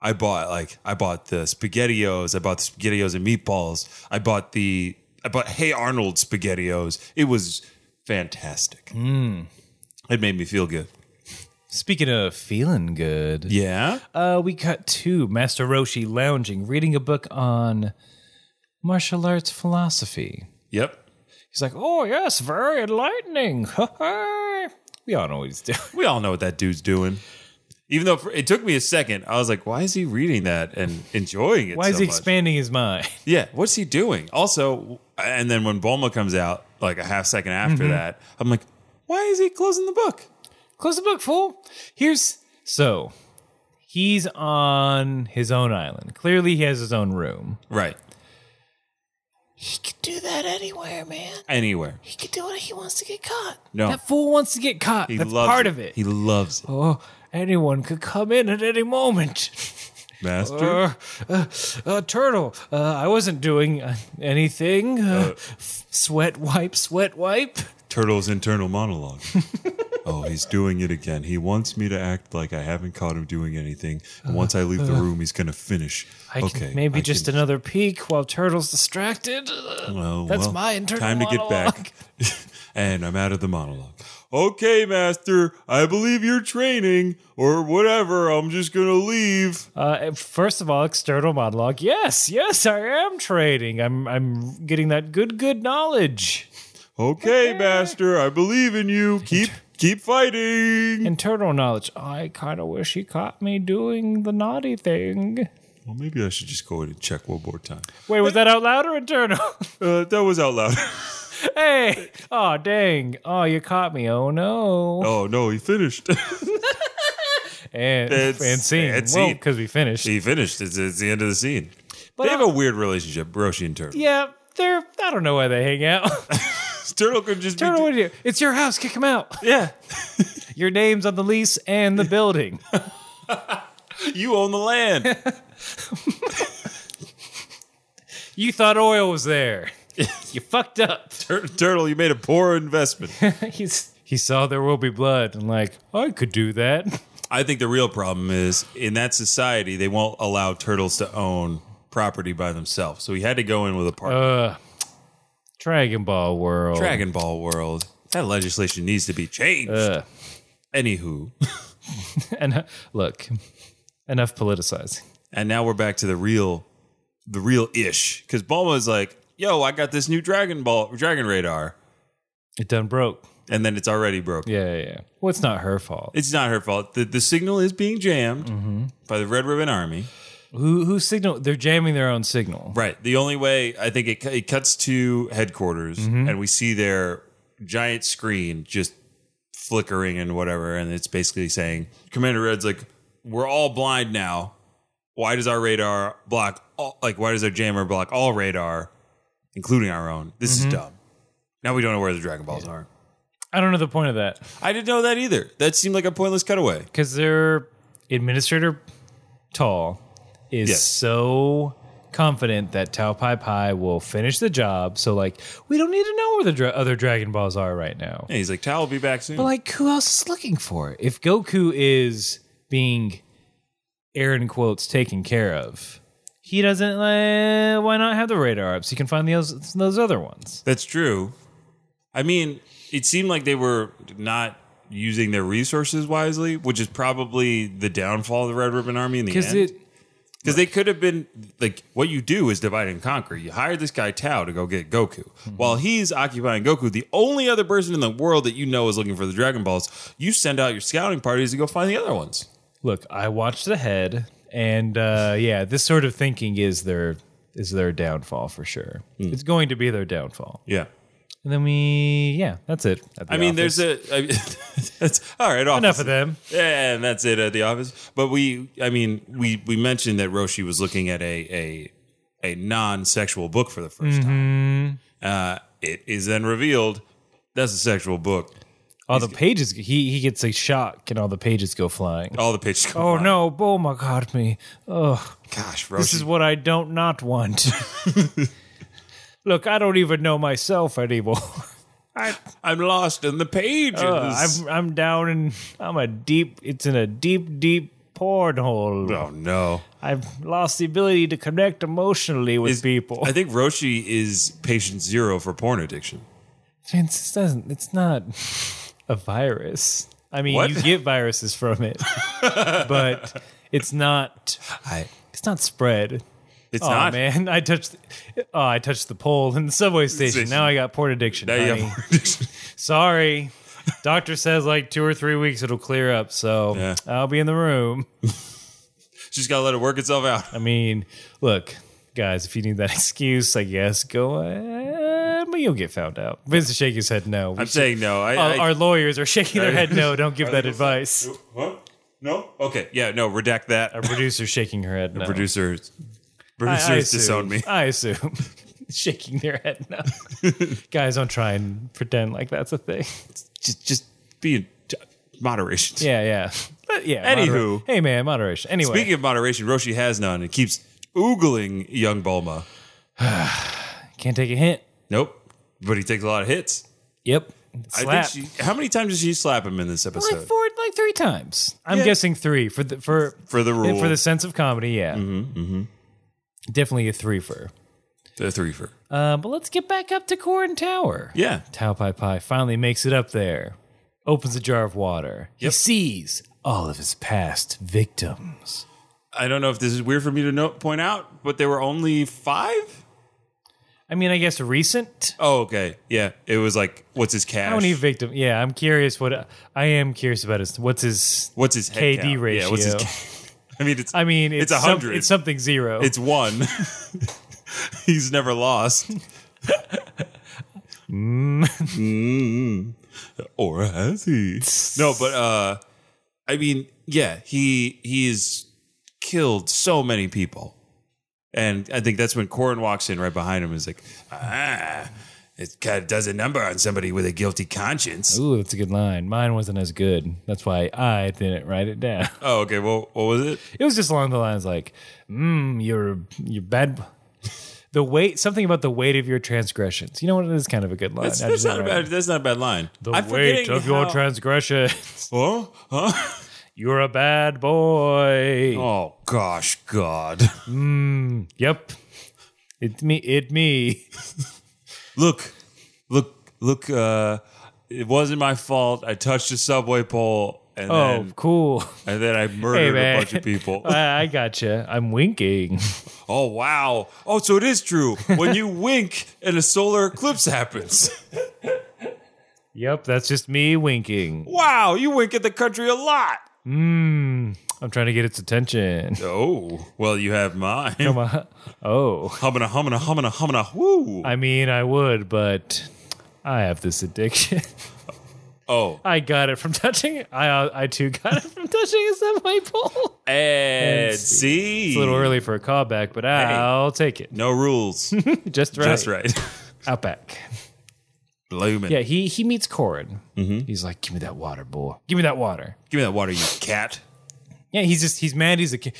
Speaker 2: I bought like I bought the spaghettios, I bought the spaghettios and meatballs. I bought the I bought Hey Arnold spaghettios. It was fantastic.
Speaker 1: Hmm.
Speaker 2: It made me feel good.
Speaker 1: Speaking of feeling good,
Speaker 2: Yeah.
Speaker 1: uh, we cut to Master Roshi lounging, reading a book on martial arts philosophy.
Speaker 2: Yep.
Speaker 1: He's like, "Oh yes, very enlightening." we all know what he's doing.
Speaker 2: We all know what that dude's doing. Even though for- it took me a second, I was like, why is he reading that and enjoying it?
Speaker 1: Why is
Speaker 2: so
Speaker 1: he
Speaker 2: much?
Speaker 1: expanding his mind?
Speaker 2: Yeah, what's he doing? Also, and then when Bulma comes out, like a half second after
Speaker 1: Mm-hmm.
Speaker 2: that, I'm like, why is he closing the book?
Speaker 1: Close the book, fool. Here's so he's on his own island. Clearly, he has his own room.
Speaker 2: Right.
Speaker 1: He could do that anywhere, man.
Speaker 2: Anywhere.
Speaker 1: He could do it. He wants to get caught.
Speaker 2: No.
Speaker 1: that fool wants to get caught.
Speaker 2: He
Speaker 1: That's
Speaker 2: loves
Speaker 1: part of it.
Speaker 2: He loves it.
Speaker 1: oh, anyone could come in at any moment.
Speaker 2: Master.
Speaker 1: Uh, uh, uh, turtle, uh, I wasn't doing uh, anything. Uh, f- sweat wipe, sweat wipe.
Speaker 2: Turtle's internal monologue. oh, he's doing it again. He wants me to act like I haven't caught him doing anything. And once I leave the room, he's going to finish.
Speaker 1: Uh-huh. I can- maybe just another peek while Turtle's distracted. Uh,
Speaker 2: Well,
Speaker 1: That's
Speaker 2: well,
Speaker 1: my internal
Speaker 2: Time
Speaker 1: monologue.
Speaker 2: to get back. and I'm out of the monologue. Okay, master, I believe you're training or whatever. I'm just going to leave.
Speaker 1: Uh, first of all, external monologue. Yes, yes, I am trading. I'm, I'm getting that good, good knowledge.
Speaker 2: Okay, master, I believe in you. Keep keep fighting.
Speaker 1: Internal knowledge. I kind of wish he caught me doing the naughty thing.
Speaker 2: Well, maybe I should just go in and check one more time.
Speaker 1: Wait, was that out loud or internal?
Speaker 2: Uh, that was out loud.
Speaker 1: hey, oh dang, oh you caught me. Oh no.
Speaker 2: oh, no, he finished.
Speaker 1: and
Speaker 2: It's-
Speaker 1: and scene.
Speaker 2: it's
Speaker 1: well,
Speaker 2: scene.
Speaker 1: because we finished.
Speaker 2: he finished. It's, it's the end of the scene.
Speaker 1: But,
Speaker 2: they have
Speaker 1: uh,
Speaker 2: a weird relationship, Roshi and Turtle.
Speaker 1: Yeah, they're. I don't know why they hang out.
Speaker 2: Turtle could just
Speaker 1: Turtle,
Speaker 2: be.
Speaker 1: what do you? It's your house. Kick him out.
Speaker 2: Yeah.
Speaker 1: Your name's on the lease and the building.
Speaker 2: You own the land.
Speaker 1: You thought oil was there. you fucked up.
Speaker 2: Tur- Turtle, you made a poor investment.
Speaker 1: He's. He saw there will be blood and like I could do that.
Speaker 2: I think the real problem is in that society they won't allow turtles to own property by themselves. So he had to go in with a partner.
Speaker 1: Oh. Dragon Ball World.
Speaker 2: Dragon Ball World. That legislation needs to be changed.
Speaker 1: Ugh.
Speaker 2: Anywho,
Speaker 1: and uh, look, enough politicizing.
Speaker 2: and now we're back to the real, the real ish. Because Bulma's like, "Yo, I got this new Dragon Ball Dragon Radar,"
Speaker 1: It done broke.
Speaker 2: and then it's already broken.
Speaker 1: Yeah, yeah. yeah. Well, it's not her fault.
Speaker 2: It's not her fault. The, the signal is being jammed
Speaker 1: Mm-hmm.
Speaker 2: by the Red Ribbon Army.
Speaker 1: Who who signal? They're jamming their own signal.
Speaker 2: Right. The only way I think it, cu- it cuts to headquarters and we see their giant screen just flickering and whatever. And it's basically saying, Commander Red's like, we're all blind now. Why does our radar block, all, like, why does our jammer block all radar, including our own? This is dumb. Now we don't know where the Dragon Balls are.
Speaker 1: I don't know the point of that
Speaker 2: I didn't know that either. That seemed like a pointless cutaway.
Speaker 1: because their administrator Tall is
Speaker 2: Yes.
Speaker 1: so confident that Tao Pai Pai will finish the job. So like, we don't need to know where the dra- other Dragon Balls are right now.
Speaker 2: And he's like, Tal will be back soon.
Speaker 1: But like, who else is looking for it? If Goku is being air in quotes taken care of, he doesn't. Uh, why not have the radar up so you can find those those other ones?
Speaker 2: That's true. I mean, it seemed like they were not using their resources wisely, which is probably the downfall of the Red Ribbon Army in the
Speaker 1: Because
Speaker 2: end.
Speaker 1: it
Speaker 2: Because they could have been like, what you do is divide and conquer. You hire this guy Tao to go get Goku.
Speaker 1: Mm-hmm.
Speaker 2: While he's occupying Goku, the only other person in the world that you know is looking for the Dragon Balls, you send out your scouting parties to go find the other ones.
Speaker 1: look i watched the head and uh yeah this sort of
Speaker 2: Hmm.
Speaker 1: thinking is their is their downfall for sure it's going to be their downfall
Speaker 2: Yeah.
Speaker 1: And then we, yeah, that's it. at the
Speaker 2: I mean,
Speaker 1: office.
Speaker 2: there's a. I mean, that's all right. Office.
Speaker 1: enough of them.
Speaker 2: Yeah, and that's it at the office. But we, I mean, we we mentioned that Roshi was looking at a a a non-sexual book for the 1st
Speaker 1: Mm-hmm.
Speaker 2: time. Uh, it is then revealed that's a sexual book.
Speaker 1: All the pages, he he gets a shock, and all the pages go flying.
Speaker 2: All the pages. come
Speaker 1: Oh
Speaker 2: out.
Speaker 1: no! Oh my God, me! Oh,
Speaker 2: Gosh, Roshi.
Speaker 1: this is what I don't not want. Look, I don't even know myself anymore.
Speaker 2: I, I'm lost in the pages.
Speaker 1: I'm I'm down in I'm a deep. It's in a deep, deep porn hole.
Speaker 2: oh no.
Speaker 1: I've lost the ability to connect emotionally with
Speaker 2: Is-
Speaker 1: people.
Speaker 2: I think Roshi is patient zero for porn addiction.
Speaker 1: Vince, this doesn't. It's not a virus. I mean,
Speaker 2: What?
Speaker 1: you get viruses from it, but it's not.
Speaker 2: I.
Speaker 1: It's not spread.
Speaker 2: It's
Speaker 1: oh
Speaker 2: not.
Speaker 1: man, I touched. Oh, I touched the pole in the subway station.
Speaker 2: Station.
Speaker 1: Now I got port addiction.
Speaker 2: Now you have
Speaker 1: honey.
Speaker 2: porn addiction.
Speaker 1: Sorry. Doctor says like two or three weeks it'll clear up, so
Speaker 2: Yeah.
Speaker 1: I'll be in the room.
Speaker 2: Just gotta let it work itself out.
Speaker 1: I mean, look, guys, if you need that excuse, I guess go ahead, but you'll get found out. Vince is shaking his head no. We
Speaker 2: I'm
Speaker 1: should-
Speaker 2: saying no. I,
Speaker 1: our,
Speaker 2: I,
Speaker 1: our lawyers are shaking their head no. Don't give that
Speaker 2: they-
Speaker 1: advice.
Speaker 2: Huh? No. Okay. Yeah. No. Redact that.
Speaker 1: Our producer's shaking her head no.
Speaker 2: producers.
Speaker 1: I- I
Speaker 2: Producers
Speaker 1: assume-
Speaker 2: disown me.
Speaker 1: I assume. shaking their head no. guys, don't try and pretend like that's a thing.
Speaker 2: Just, just be in t- moderation.
Speaker 1: Yeah, yeah. But yeah. modera-
Speaker 2: Anywho.
Speaker 1: hey, man, moderation. Anyway.
Speaker 2: Speaking of moderation, Roshi has none and keeps oogling young Bulma.
Speaker 1: Can't take a hint.
Speaker 2: Nope. But he takes a lot of hits.
Speaker 1: Yep. Slap.
Speaker 2: I think she, how many times does she slap him in this episode?
Speaker 1: like four, like three times. I'm
Speaker 2: Yeah.
Speaker 1: guessing three for the for
Speaker 2: For the rule.
Speaker 1: for the sense of comedy. Yeah, mm-hmm, definitely a three for.
Speaker 2: The three for.
Speaker 1: Uh, but let's get back up to Corn Tower.
Speaker 2: Yeah.
Speaker 1: Tao Pai Pai finally makes it up there. Opens a jar of water. He
Speaker 2: Yep.
Speaker 1: sees all of his past victims.
Speaker 2: I don't know if this is weird for me to no point out, but there were only five?
Speaker 1: I mean, I guess recent.
Speaker 2: Oh, okay. Yeah. It was like, what's his cash?
Speaker 1: How many victims? Yeah, I'm curious. What I am curious about is what's his.
Speaker 2: what's his head
Speaker 1: KD
Speaker 2: count? Yeah, what's his
Speaker 1: ratio.
Speaker 2: ca- I mean, it's
Speaker 1: I mean,
Speaker 2: it's
Speaker 1: it's,
Speaker 2: a
Speaker 1: some-
Speaker 2: hundred.
Speaker 1: it's something zero.
Speaker 2: it's one. He's never lost. Mm. Or has he? No, but uh I mean, yeah, he he's killed so many people. And I think that's when Corin walks in right behind him and is like, ah, it kind of does a number on somebody with a guilty conscience.
Speaker 1: Ooh, that's a good line. Mine wasn't as good. That's why I didn't write it down.
Speaker 2: Oh, okay. Well, what was it?
Speaker 1: It was just along the lines like, mm, you're you're bad. The weight, something about the weight of your transgressions. You know what? It is kind of a good line.
Speaker 2: That's,
Speaker 1: I
Speaker 2: that's
Speaker 1: just
Speaker 2: not a
Speaker 1: didn't write
Speaker 2: bad. That's not a bad line.
Speaker 1: it. The weight of your transgressions.
Speaker 2: Huh? Huh?
Speaker 1: You're a bad boy.
Speaker 2: Oh gosh, God!
Speaker 1: Yep. It me. It me.
Speaker 2: Look, look, look! Uh, it wasn't my fault. I touched a subway pole, and
Speaker 1: Oh,
Speaker 2: then
Speaker 1: cool.
Speaker 2: and then I
Speaker 1: Hey
Speaker 2: murdered
Speaker 1: man,
Speaker 2: a bunch of people.
Speaker 1: I, I gotcha. I'm winking.
Speaker 2: oh wow! Oh, so it is true. When you wink, and a solar eclipse happens.
Speaker 1: yep, that's just me winking.
Speaker 2: Wow, you wink at the country a lot.
Speaker 1: Mmm. I'm trying to get its attention.
Speaker 2: Oh well, you have mine.
Speaker 1: Come on. Oh.
Speaker 2: Humming a humming a humming a humming a whoo.
Speaker 1: I mean, I would, but I have this addiction.
Speaker 2: Oh,
Speaker 1: I got it from touching. I uh, I too got it from touching a subway pole.
Speaker 2: and
Speaker 1: see.
Speaker 2: see,
Speaker 1: It's a little early for a callback, but I'll take it.
Speaker 2: No rules.
Speaker 1: Just right.
Speaker 2: That's right.
Speaker 1: Outback.
Speaker 2: Bloomin'.
Speaker 1: Yeah, he he meets Corin.
Speaker 2: Mm-hmm.
Speaker 1: He's like, "Give me that water, boy. Give me that water."
Speaker 2: Give me that water, you cat.
Speaker 1: Yeah, he's just he's mad. He's a kid.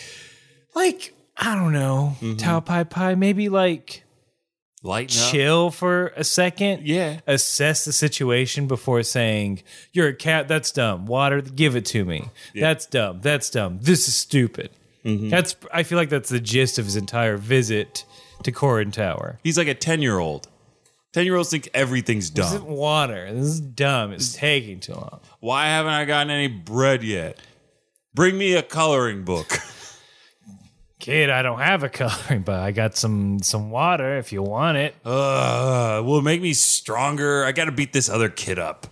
Speaker 1: Like I don't know,
Speaker 2: Mm-hmm.
Speaker 1: Tao Pai Pai. Maybe like
Speaker 2: Lighten up.
Speaker 1: chill for a second.
Speaker 2: Yeah.
Speaker 1: Assess the situation before saying, You're a cat, that's dumb. Water, give it to me. That's dumb. That's dumb. This is stupid. That's I feel like that's the gist of his entire visit to Corin Tower.
Speaker 2: He's like a 10 year old. 10 year olds think everything's
Speaker 1: This
Speaker 2: dumb.
Speaker 1: isn't water. This is dumb. It's taking too long.
Speaker 2: Why haven't I gotten any bread yet? Bring me a coloring book.
Speaker 1: Kid, I don't have a coloring, but I got some some water if you want it.
Speaker 2: Uh, will it make me stronger. I got to beat this other kid up.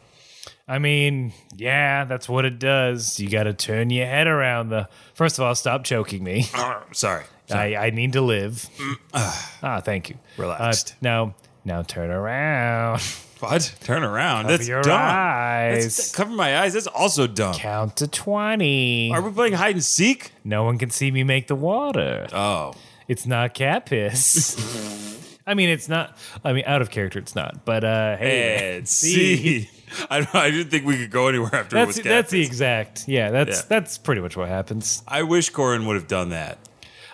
Speaker 1: I mean, yeah, that's what it does. You gotta turn your head around the first of all, stop choking me.
Speaker 2: Arr, sorry.
Speaker 1: I, I need to live. ah, thank you.
Speaker 2: Mm. Relaxed.
Speaker 1: Uh, now, now turn around.
Speaker 2: What? Turn around. That's
Speaker 1: your
Speaker 2: dumb.
Speaker 1: eyes.
Speaker 2: That's- cover my eyes. That's also dumb.
Speaker 1: Count to 20.
Speaker 2: Are we playing hide and seek?
Speaker 1: No one can see me make the water.
Speaker 2: Oh.
Speaker 1: It's not cat piss. I mean, it's not. I mean, out of character, it's not. But uh, hey,
Speaker 2: And see. I, don't- I didn't think we could go anywhere after
Speaker 1: that's
Speaker 2: it was
Speaker 1: that's the
Speaker 2: Catfish.
Speaker 1: exact. Yeah, that's
Speaker 2: Yeah.
Speaker 1: that's pretty much what happens.
Speaker 2: I wish Corin would have done that.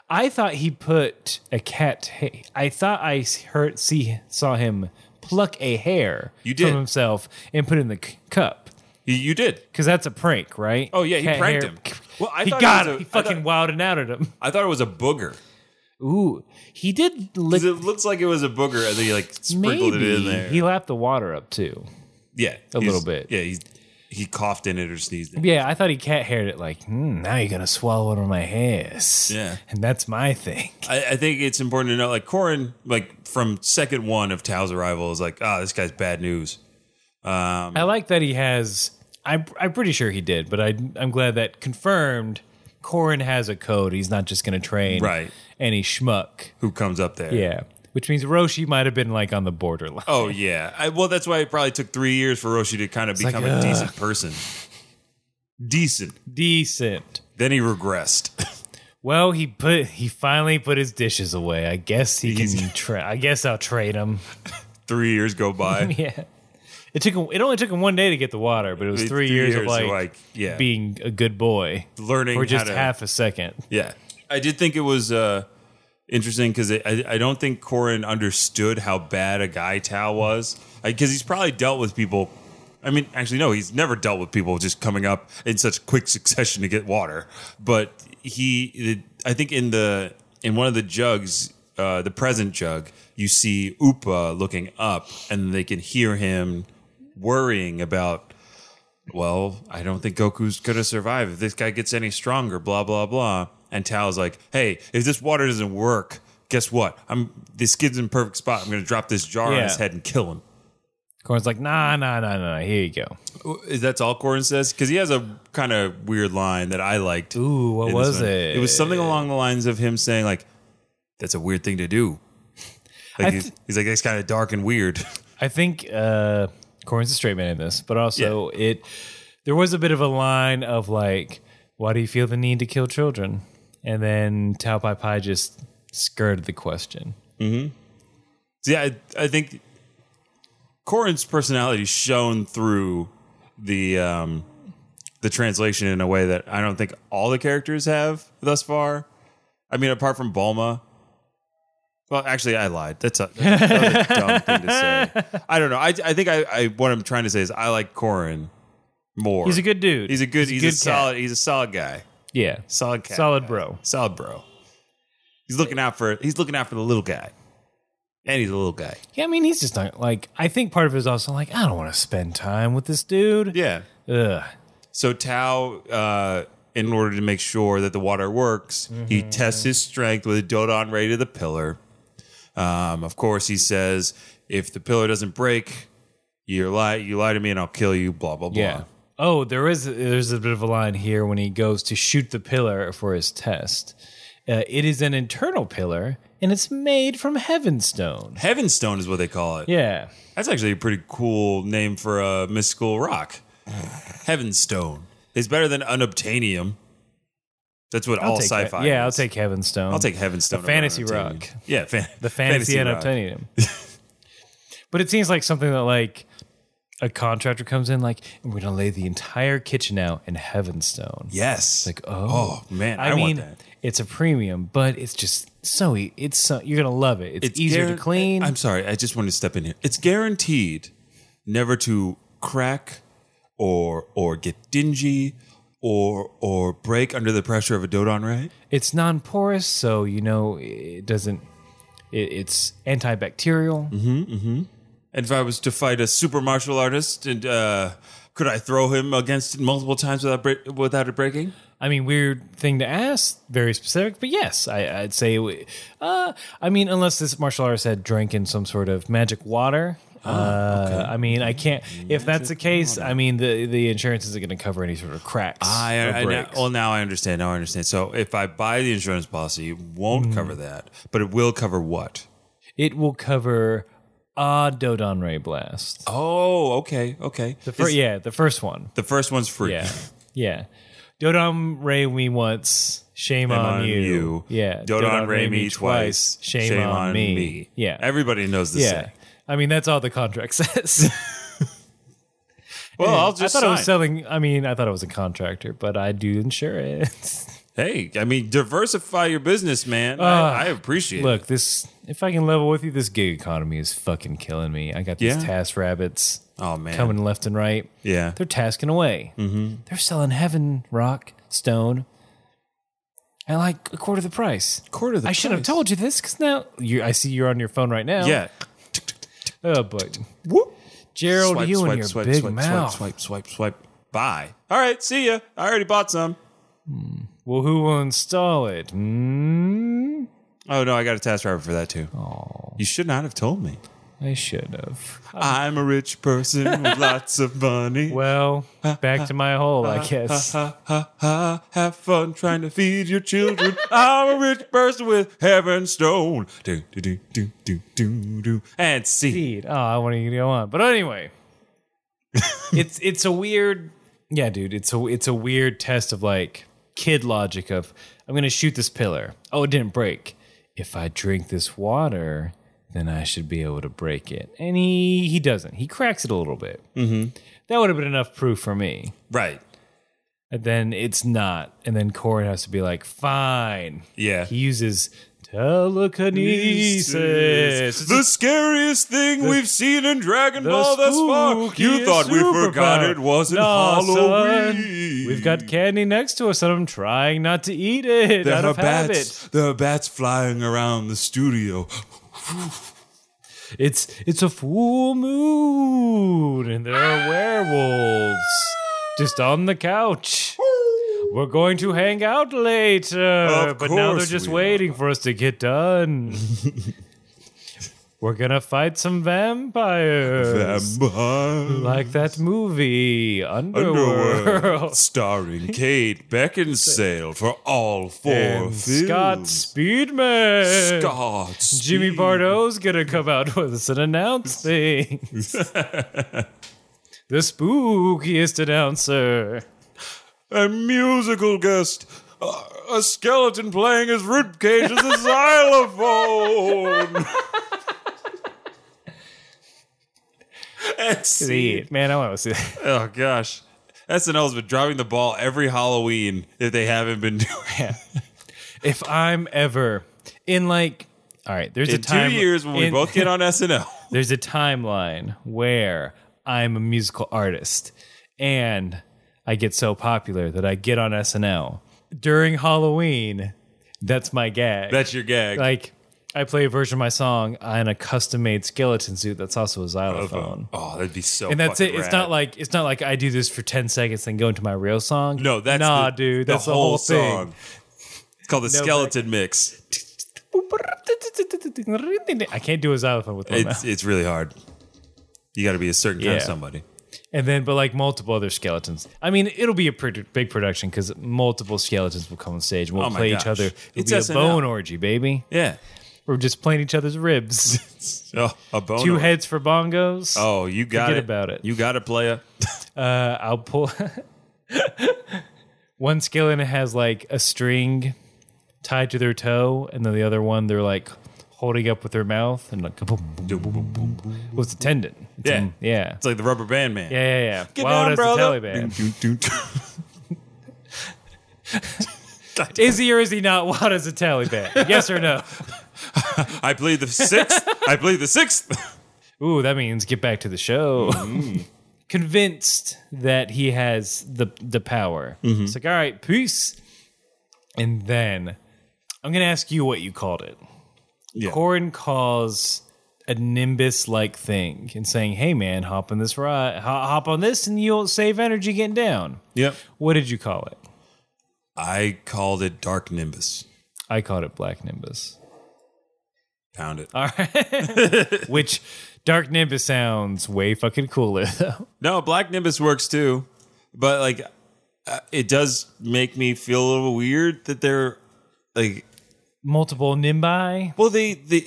Speaker 1: I thought he put a cat. ha- I thought I s- heard see saw him pluck a hair
Speaker 2: You did.
Speaker 1: from himself and put it in the c- cup
Speaker 2: You, you did.
Speaker 1: because that's a prank, right?
Speaker 2: Oh, yeah, he
Speaker 1: Cat
Speaker 2: pranked
Speaker 1: hair-
Speaker 2: him. Well, I
Speaker 1: he
Speaker 2: thought it
Speaker 1: got
Speaker 2: was
Speaker 1: him.
Speaker 2: a-
Speaker 1: He
Speaker 2: I
Speaker 1: fucking wilded out at him.
Speaker 2: I thought it was a booger.
Speaker 1: Ooh, he did lick
Speaker 2: 'Cause It looks like it was a booger, and then he like sprinkled
Speaker 1: Maybe
Speaker 2: it in there.
Speaker 1: he lapped the water up too.
Speaker 2: yeah, a
Speaker 1: little bit.
Speaker 2: Yeah, he he coughed in it or sneezed. In it.
Speaker 1: Yeah, I thought he cat haired it like, hmm, now you're gonna swallow one of my hairs.
Speaker 2: Yeah.
Speaker 1: And that's my thing.
Speaker 2: I, I think it's important to know, like Corin, like from second one of Tao's arrival, is like, ah, this guy's bad news. Um,
Speaker 1: I like that he has I'm I'm pretty sure he did, but I I'm glad that confirmed Corin has a code. He's not just gonna train
Speaker 2: Right.
Speaker 1: any schmuck.
Speaker 2: who comes up there?
Speaker 1: Yeah. Which means Roshi might have been like on the borderline.
Speaker 2: Oh yeah. I, well, that's why it probably took three years for Roshi to kind of
Speaker 1: like, uh,
Speaker 2: become a
Speaker 1: ugh.
Speaker 2: decent person. Decent.
Speaker 1: Decent.
Speaker 2: Then he regressed.
Speaker 1: Well, he put he finally put his dishes away. I guess he can
Speaker 2: He's-
Speaker 1: tra- I guess I'll trade him.
Speaker 2: three years go by.
Speaker 1: Yeah. It took him, it only took him one day to get the water, but it was
Speaker 2: Three
Speaker 1: three, years,
Speaker 2: years,
Speaker 1: of like,
Speaker 2: like, yeah.
Speaker 1: being a good boy
Speaker 2: Learning
Speaker 1: for just
Speaker 2: how to,
Speaker 1: half a second.
Speaker 2: Yeah, I did think it was uh, interesting because I, I don't think Corin understood how bad a guy Tao was because he's probably dealt with people. I mean, actually, no, he's never dealt with people just coming up in such quick succession to get water. But he, I think in the in one of the jugs, uh, the present jug, you see Upa looking up, and they can hear him worrying about well, I don't think Goku's going to survive if this guy gets any stronger, blah, blah, blah. And Tao's like, hey, if this water doesn't work, guess what? I'm This kid's in perfect spot. I'm going to drop this jar on
Speaker 1: Yeah.
Speaker 2: his head and kill him.
Speaker 1: Corn's like, nah, nah, nah, nah. Here you go.
Speaker 2: Is That's all Corin says? Because he has a kind of weird line that I liked.
Speaker 1: Ooh, what
Speaker 2: in this
Speaker 1: was
Speaker 2: one.
Speaker 1: it?
Speaker 2: It was something along the lines of him saying, like, that's a weird thing to do. Like
Speaker 1: I
Speaker 2: he's,
Speaker 1: th-
Speaker 2: he's like, that's kind of dark and weird.
Speaker 1: I think uh, Corn's a straight man in this, but also it. There was a bit of a line of like, why do you feel the need to kill children? And then Tao Pai Pai just skirted the question.
Speaker 2: See, I, I think Corin's personality shone through the um, the translation in a way that I don't think all the characters have thus far. I mean, apart from Bulma. Well, actually, I lied. That's a, that was a dumb thing to say. I don't know. I, I think I, I what I'm trying to say is I like Corin more.
Speaker 1: He's a good dude.
Speaker 2: He's a good. He's a,
Speaker 1: cat.
Speaker 2: solid. He's a solid guy.
Speaker 1: Yeah.
Speaker 2: Solid cat.
Speaker 1: Solid
Speaker 2: guy.
Speaker 1: bro.
Speaker 2: Solid bro. He's looking out for. He's looking out for the little guy. And he's a little guy.
Speaker 1: Yeah, I mean, he's just not like. I think part of it is also like, I don't want to spend time with this dude.
Speaker 2: Yeah.
Speaker 1: Ugh.
Speaker 2: So Tao, uh, in order to make sure that the water works,
Speaker 1: Mm-hmm.
Speaker 2: he tests his strength with a Dodon Ray to the pillar. Um, of course, he says, "If the pillar doesn't break, you lie, you lie to me, and I'll kill you." Blah blah blah.
Speaker 1: Yeah. Oh, there is there's a bit of a line here when he goes to shoot the pillar for his test. Uh, it is an internal pillar, and it's made from heaven stone.
Speaker 2: Heavenstone is what they call it.
Speaker 1: Yeah.
Speaker 2: That's actually a pretty cool name for a mystical rock. Heavenstone is better than unobtainium. That's what all
Speaker 1: take he-
Speaker 2: sci-fi.
Speaker 1: Yeah, I'll
Speaker 2: is.
Speaker 1: take heaven stone.
Speaker 2: I'll take heavenstone. over
Speaker 1: fantasy
Speaker 2: unobtainium.
Speaker 1: rock.
Speaker 2: Yeah, fan-
Speaker 1: the fantasy, and
Speaker 2: rock.
Speaker 1: obtaining him. but it seems like something that like a contractor comes in like we're gonna lay the entire kitchen out in heaven stone.
Speaker 2: Yes.
Speaker 1: Like, oh.
Speaker 2: oh man, I,
Speaker 1: I, mean,
Speaker 2: want that.
Speaker 1: it's a premium, but it's just so e- it's so you're gonna love it. It's,
Speaker 2: It's
Speaker 1: easier to
Speaker 2: guaran-
Speaker 1: clean.
Speaker 2: I'm sorry, I just wanted to step in here. It's guaranteed never to crack or or get dingy or or break under the pressure of a Dodon ray.
Speaker 1: it's non-porous, so you know it doesn't. It, it's antibacterial.
Speaker 2: Mm-hmm. And if I was to fight a super martial artist and uh could I throw him against it multiple times without break, without it breaking?
Speaker 1: I mean, weird thing to ask, very specific, but yes, I, I'd say. we- Uh, I mean, unless this martial artist had drank in some sort of magic water.
Speaker 2: Ah,
Speaker 1: Uh, I mean, I can't. if that's the case, I mean, the the insurance isn't going to cover any sort of cracks.
Speaker 2: I,
Speaker 1: or
Speaker 2: I, I now,
Speaker 1: breaks.
Speaker 2: well now I understand. Now I understand. So if I buy the Hmm. insurance policy, it won't cover that, but it will cover what?
Speaker 1: it will cover Ah, Dodonray Blast.
Speaker 2: Oh, okay, okay.
Speaker 1: The fir- yeah, the first one.
Speaker 2: The first one's free.
Speaker 1: Yeah, yeah. Dodon Ray me once. Shame, on, you. Yeah.
Speaker 2: Dodon Ray
Speaker 1: Ray
Speaker 2: me twice.
Speaker 1: Shame, on, me. Yeah.
Speaker 2: Everybody knows this.
Speaker 1: yeah.
Speaker 2: saying.
Speaker 1: I mean, that's all the contract says.
Speaker 2: Well, I'll
Speaker 1: I
Speaker 2: just
Speaker 1: thought I was
Speaker 2: sign.
Speaker 1: selling. I mean, I thought I was a contractor, but I do insurance.
Speaker 2: Hey, I mean, diversify your business, man. I, I appreciate it.
Speaker 1: Look, this. If I can level with you, this gig economy is fucking killing me. I got these
Speaker 2: Yeah.
Speaker 1: task rabbits
Speaker 2: Oh man,
Speaker 1: coming left and right.
Speaker 2: yeah.
Speaker 1: They're tasking away. Mm-hmm. They're selling heaven, rock, stone, at like a quarter of the price.
Speaker 2: Quarter of the
Speaker 1: I shouldn't have
Speaker 2: price.
Speaker 1: told you this because now you, I see you're on your phone right now.
Speaker 2: Yeah.
Speaker 1: Oh, but
Speaker 2: Whoop.
Speaker 1: Gerald,
Speaker 2: Swipe,
Speaker 1: you
Speaker 2: swipe,
Speaker 1: and your
Speaker 2: swipe,
Speaker 1: big
Speaker 2: swipe,
Speaker 1: mouth.
Speaker 2: Swipe, swipe, swipe, swipe. Bye. All right, see ya. I already bought some.
Speaker 1: Well, who will install it? Mm,
Speaker 2: Oh no, I got a task driver for that too. You should not have told me.
Speaker 1: I should have.
Speaker 2: I'm a rich person with lots of money.
Speaker 1: Well, back to my hole, I guess.
Speaker 2: Ha, ha, ha, have fun trying to feed your children. I'm a rich person with heaven stone. Do, do, do, do, do, do, do. And see.
Speaker 1: Indeed. Oh, I wanted you to go on, but anyway, it's it's a weird, yeah, dude. It's a it's a weird test of like kid logic of I'm gonna shoot this pillar. Oh, it didn't break. If I drink this water, then I should be able to break it. And he he doesn't. He cracks it a little bit. Mm-hmm. That would have been enough proof for me.
Speaker 2: Right.
Speaker 1: And then it's not. And then Corey has to be like, fine.
Speaker 2: Yeah.
Speaker 1: He uses telekinesis.
Speaker 2: The scariest thing we've seen in Dragon Ball thus far. You
Speaker 1: spookiest
Speaker 2: thought we forgot
Speaker 1: superpower.
Speaker 2: it wasn't
Speaker 1: Nah,
Speaker 2: Halloween.
Speaker 1: son. We've got candy next to us, and I'm trying not to eat it
Speaker 2: there
Speaker 1: out
Speaker 2: are
Speaker 1: of
Speaker 2: bats.
Speaker 1: habit.
Speaker 2: There are bats flying around the studio.
Speaker 1: It's it's a full moon, and there are werewolves just on the couch. We're going to hang out later,
Speaker 2: Of
Speaker 1: but now they're
Speaker 2: course
Speaker 1: just
Speaker 2: we
Speaker 1: waiting for us to get done. We're gonna fight some vampires.
Speaker 2: Vampire.
Speaker 1: like that movie Underworld,
Speaker 2: Underworld, starring Kate Beckinsale for all four
Speaker 1: and
Speaker 2: films.
Speaker 1: Scott Speedman.
Speaker 2: Scott
Speaker 1: Jimmy
Speaker 2: Speed.
Speaker 1: Pardo's gonna come out with us and announce things. the spookiest announcer.
Speaker 2: A musical guest. Uh, a skeleton playing his ribcage as a xylophone. and see.
Speaker 1: Dude, man, I want to see that.
Speaker 2: Oh, gosh. SNL's been dropping the ball every Halloween if they haven't been doing it.
Speaker 1: If I'm ever in like, all right, there's
Speaker 2: In
Speaker 1: a time
Speaker 2: two years when we
Speaker 1: in-
Speaker 2: both get on SNL.
Speaker 1: there's a timeline where I'm a musical artist and I get so popular that I get on SNL during Halloween. That's my gag.
Speaker 2: That's your gag.
Speaker 1: like I play a version of my song on a custom made skeleton suit that's also a xylophone.
Speaker 2: oh, that'd be so
Speaker 1: And that's it.
Speaker 2: fucking
Speaker 1: It's
Speaker 2: rad.
Speaker 1: not like it's not like I do this for ten seconds and go into my real song.
Speaker 2: No, that's
Speaker 1: nah,
Speaker 2: the,
Speaker 1: dude.
Speaker 2: the
Speaker 1: That's the whole,
Speaker 2: song. It's called the
Speaker 1: No,
Speaker 2: skeleton mix.
Speaker 1: thing. I can't do a xylophone with my
Speaker 2: It's
Speaker 1: mouth.
Speaker 2: it's really hard. You got to be a certain kind of
Speaker 1: Yeah.
Speaker 2: somebody.
Speaker 1: And then, but like multiple other skeletons. I mean, it'll be a pretty big production because multiple skeletons will come on stage. and We'll
Speaker 2: Oh my
Speaker 1: play
Speaker 2: gosh.
Speaker 1: each other. It'll
Speaker 2: It's
Speaker 1: be
Speaker 2: SNL.
Speaker 1: a bone orgy, baby.
Speaker 2: Yeah.
Speaker 1: We're just playing each other's ribs.
Speaker 2: Oh, a bone.
Speaker 1: Two
Speaker 2: or-
Speaker 1: heads for bongos.
Speaker 2: Oh, you got
Speaker 1: Forget
Speaker 2: it.
Speaker 1: about it.
Speaker 2: You got to play a.
Speaker 1: Uh, I'll pull one skeleton has like a string tied to their toe, and then the other one they're like holding up with their mouth and like boom, boom, boom, boom, boom, boom. Well, it's a tendon. It's
Speaker 2: Yeah.
Speaker 1: a- yeah,
Speaker 2: It's like the rubber band man.
Speaker 1: yeah, yeah, yeah.
Speaker 2: Get
Speaker 1: Wild
Speaker 2: down,
Speaker 1: as the
Speaker 2: brother.
Speaker 1: Taliban.
Speaker 2: Dun, dun, dun, dun.
Speaker 1: Is he or is he not wild as a Taliban? yes or no?
Speaker 2: I played the sixth. I played the sixth.
Speaker 1: Ooh, that means get back to the show.
Speaker 2: Mm-hmm.
Speaker 1: Convinced that he has the the power.
Speaker 2: Mm-hmm.
Speaker 1: It's like, all right, peace. And then I'm gonna ask you what you called it.
Speaker 2: Yeah.
Speaker 1: Corin calls a nimbus like thing and saying, "Hey man, hop on this ride, ho- hop on this, and you'll save energy getting down."
Speaker 2: Yep.
Speaker 1: What did you call it?
Speaker 2: I called it Dark Nimbus.
Speaker 1: I called it Black Nimbus.
Speaker 2: Pound it.
Speaker 1: All right, which Dark Nimbus sounds way fucking cooler though.
Speaker 2: No, Black Nimbus works too, but like, uh, it does make me feel a little weird that they're like
Speaker 1: Multiple nimbi.
Speaker 2: Well, they they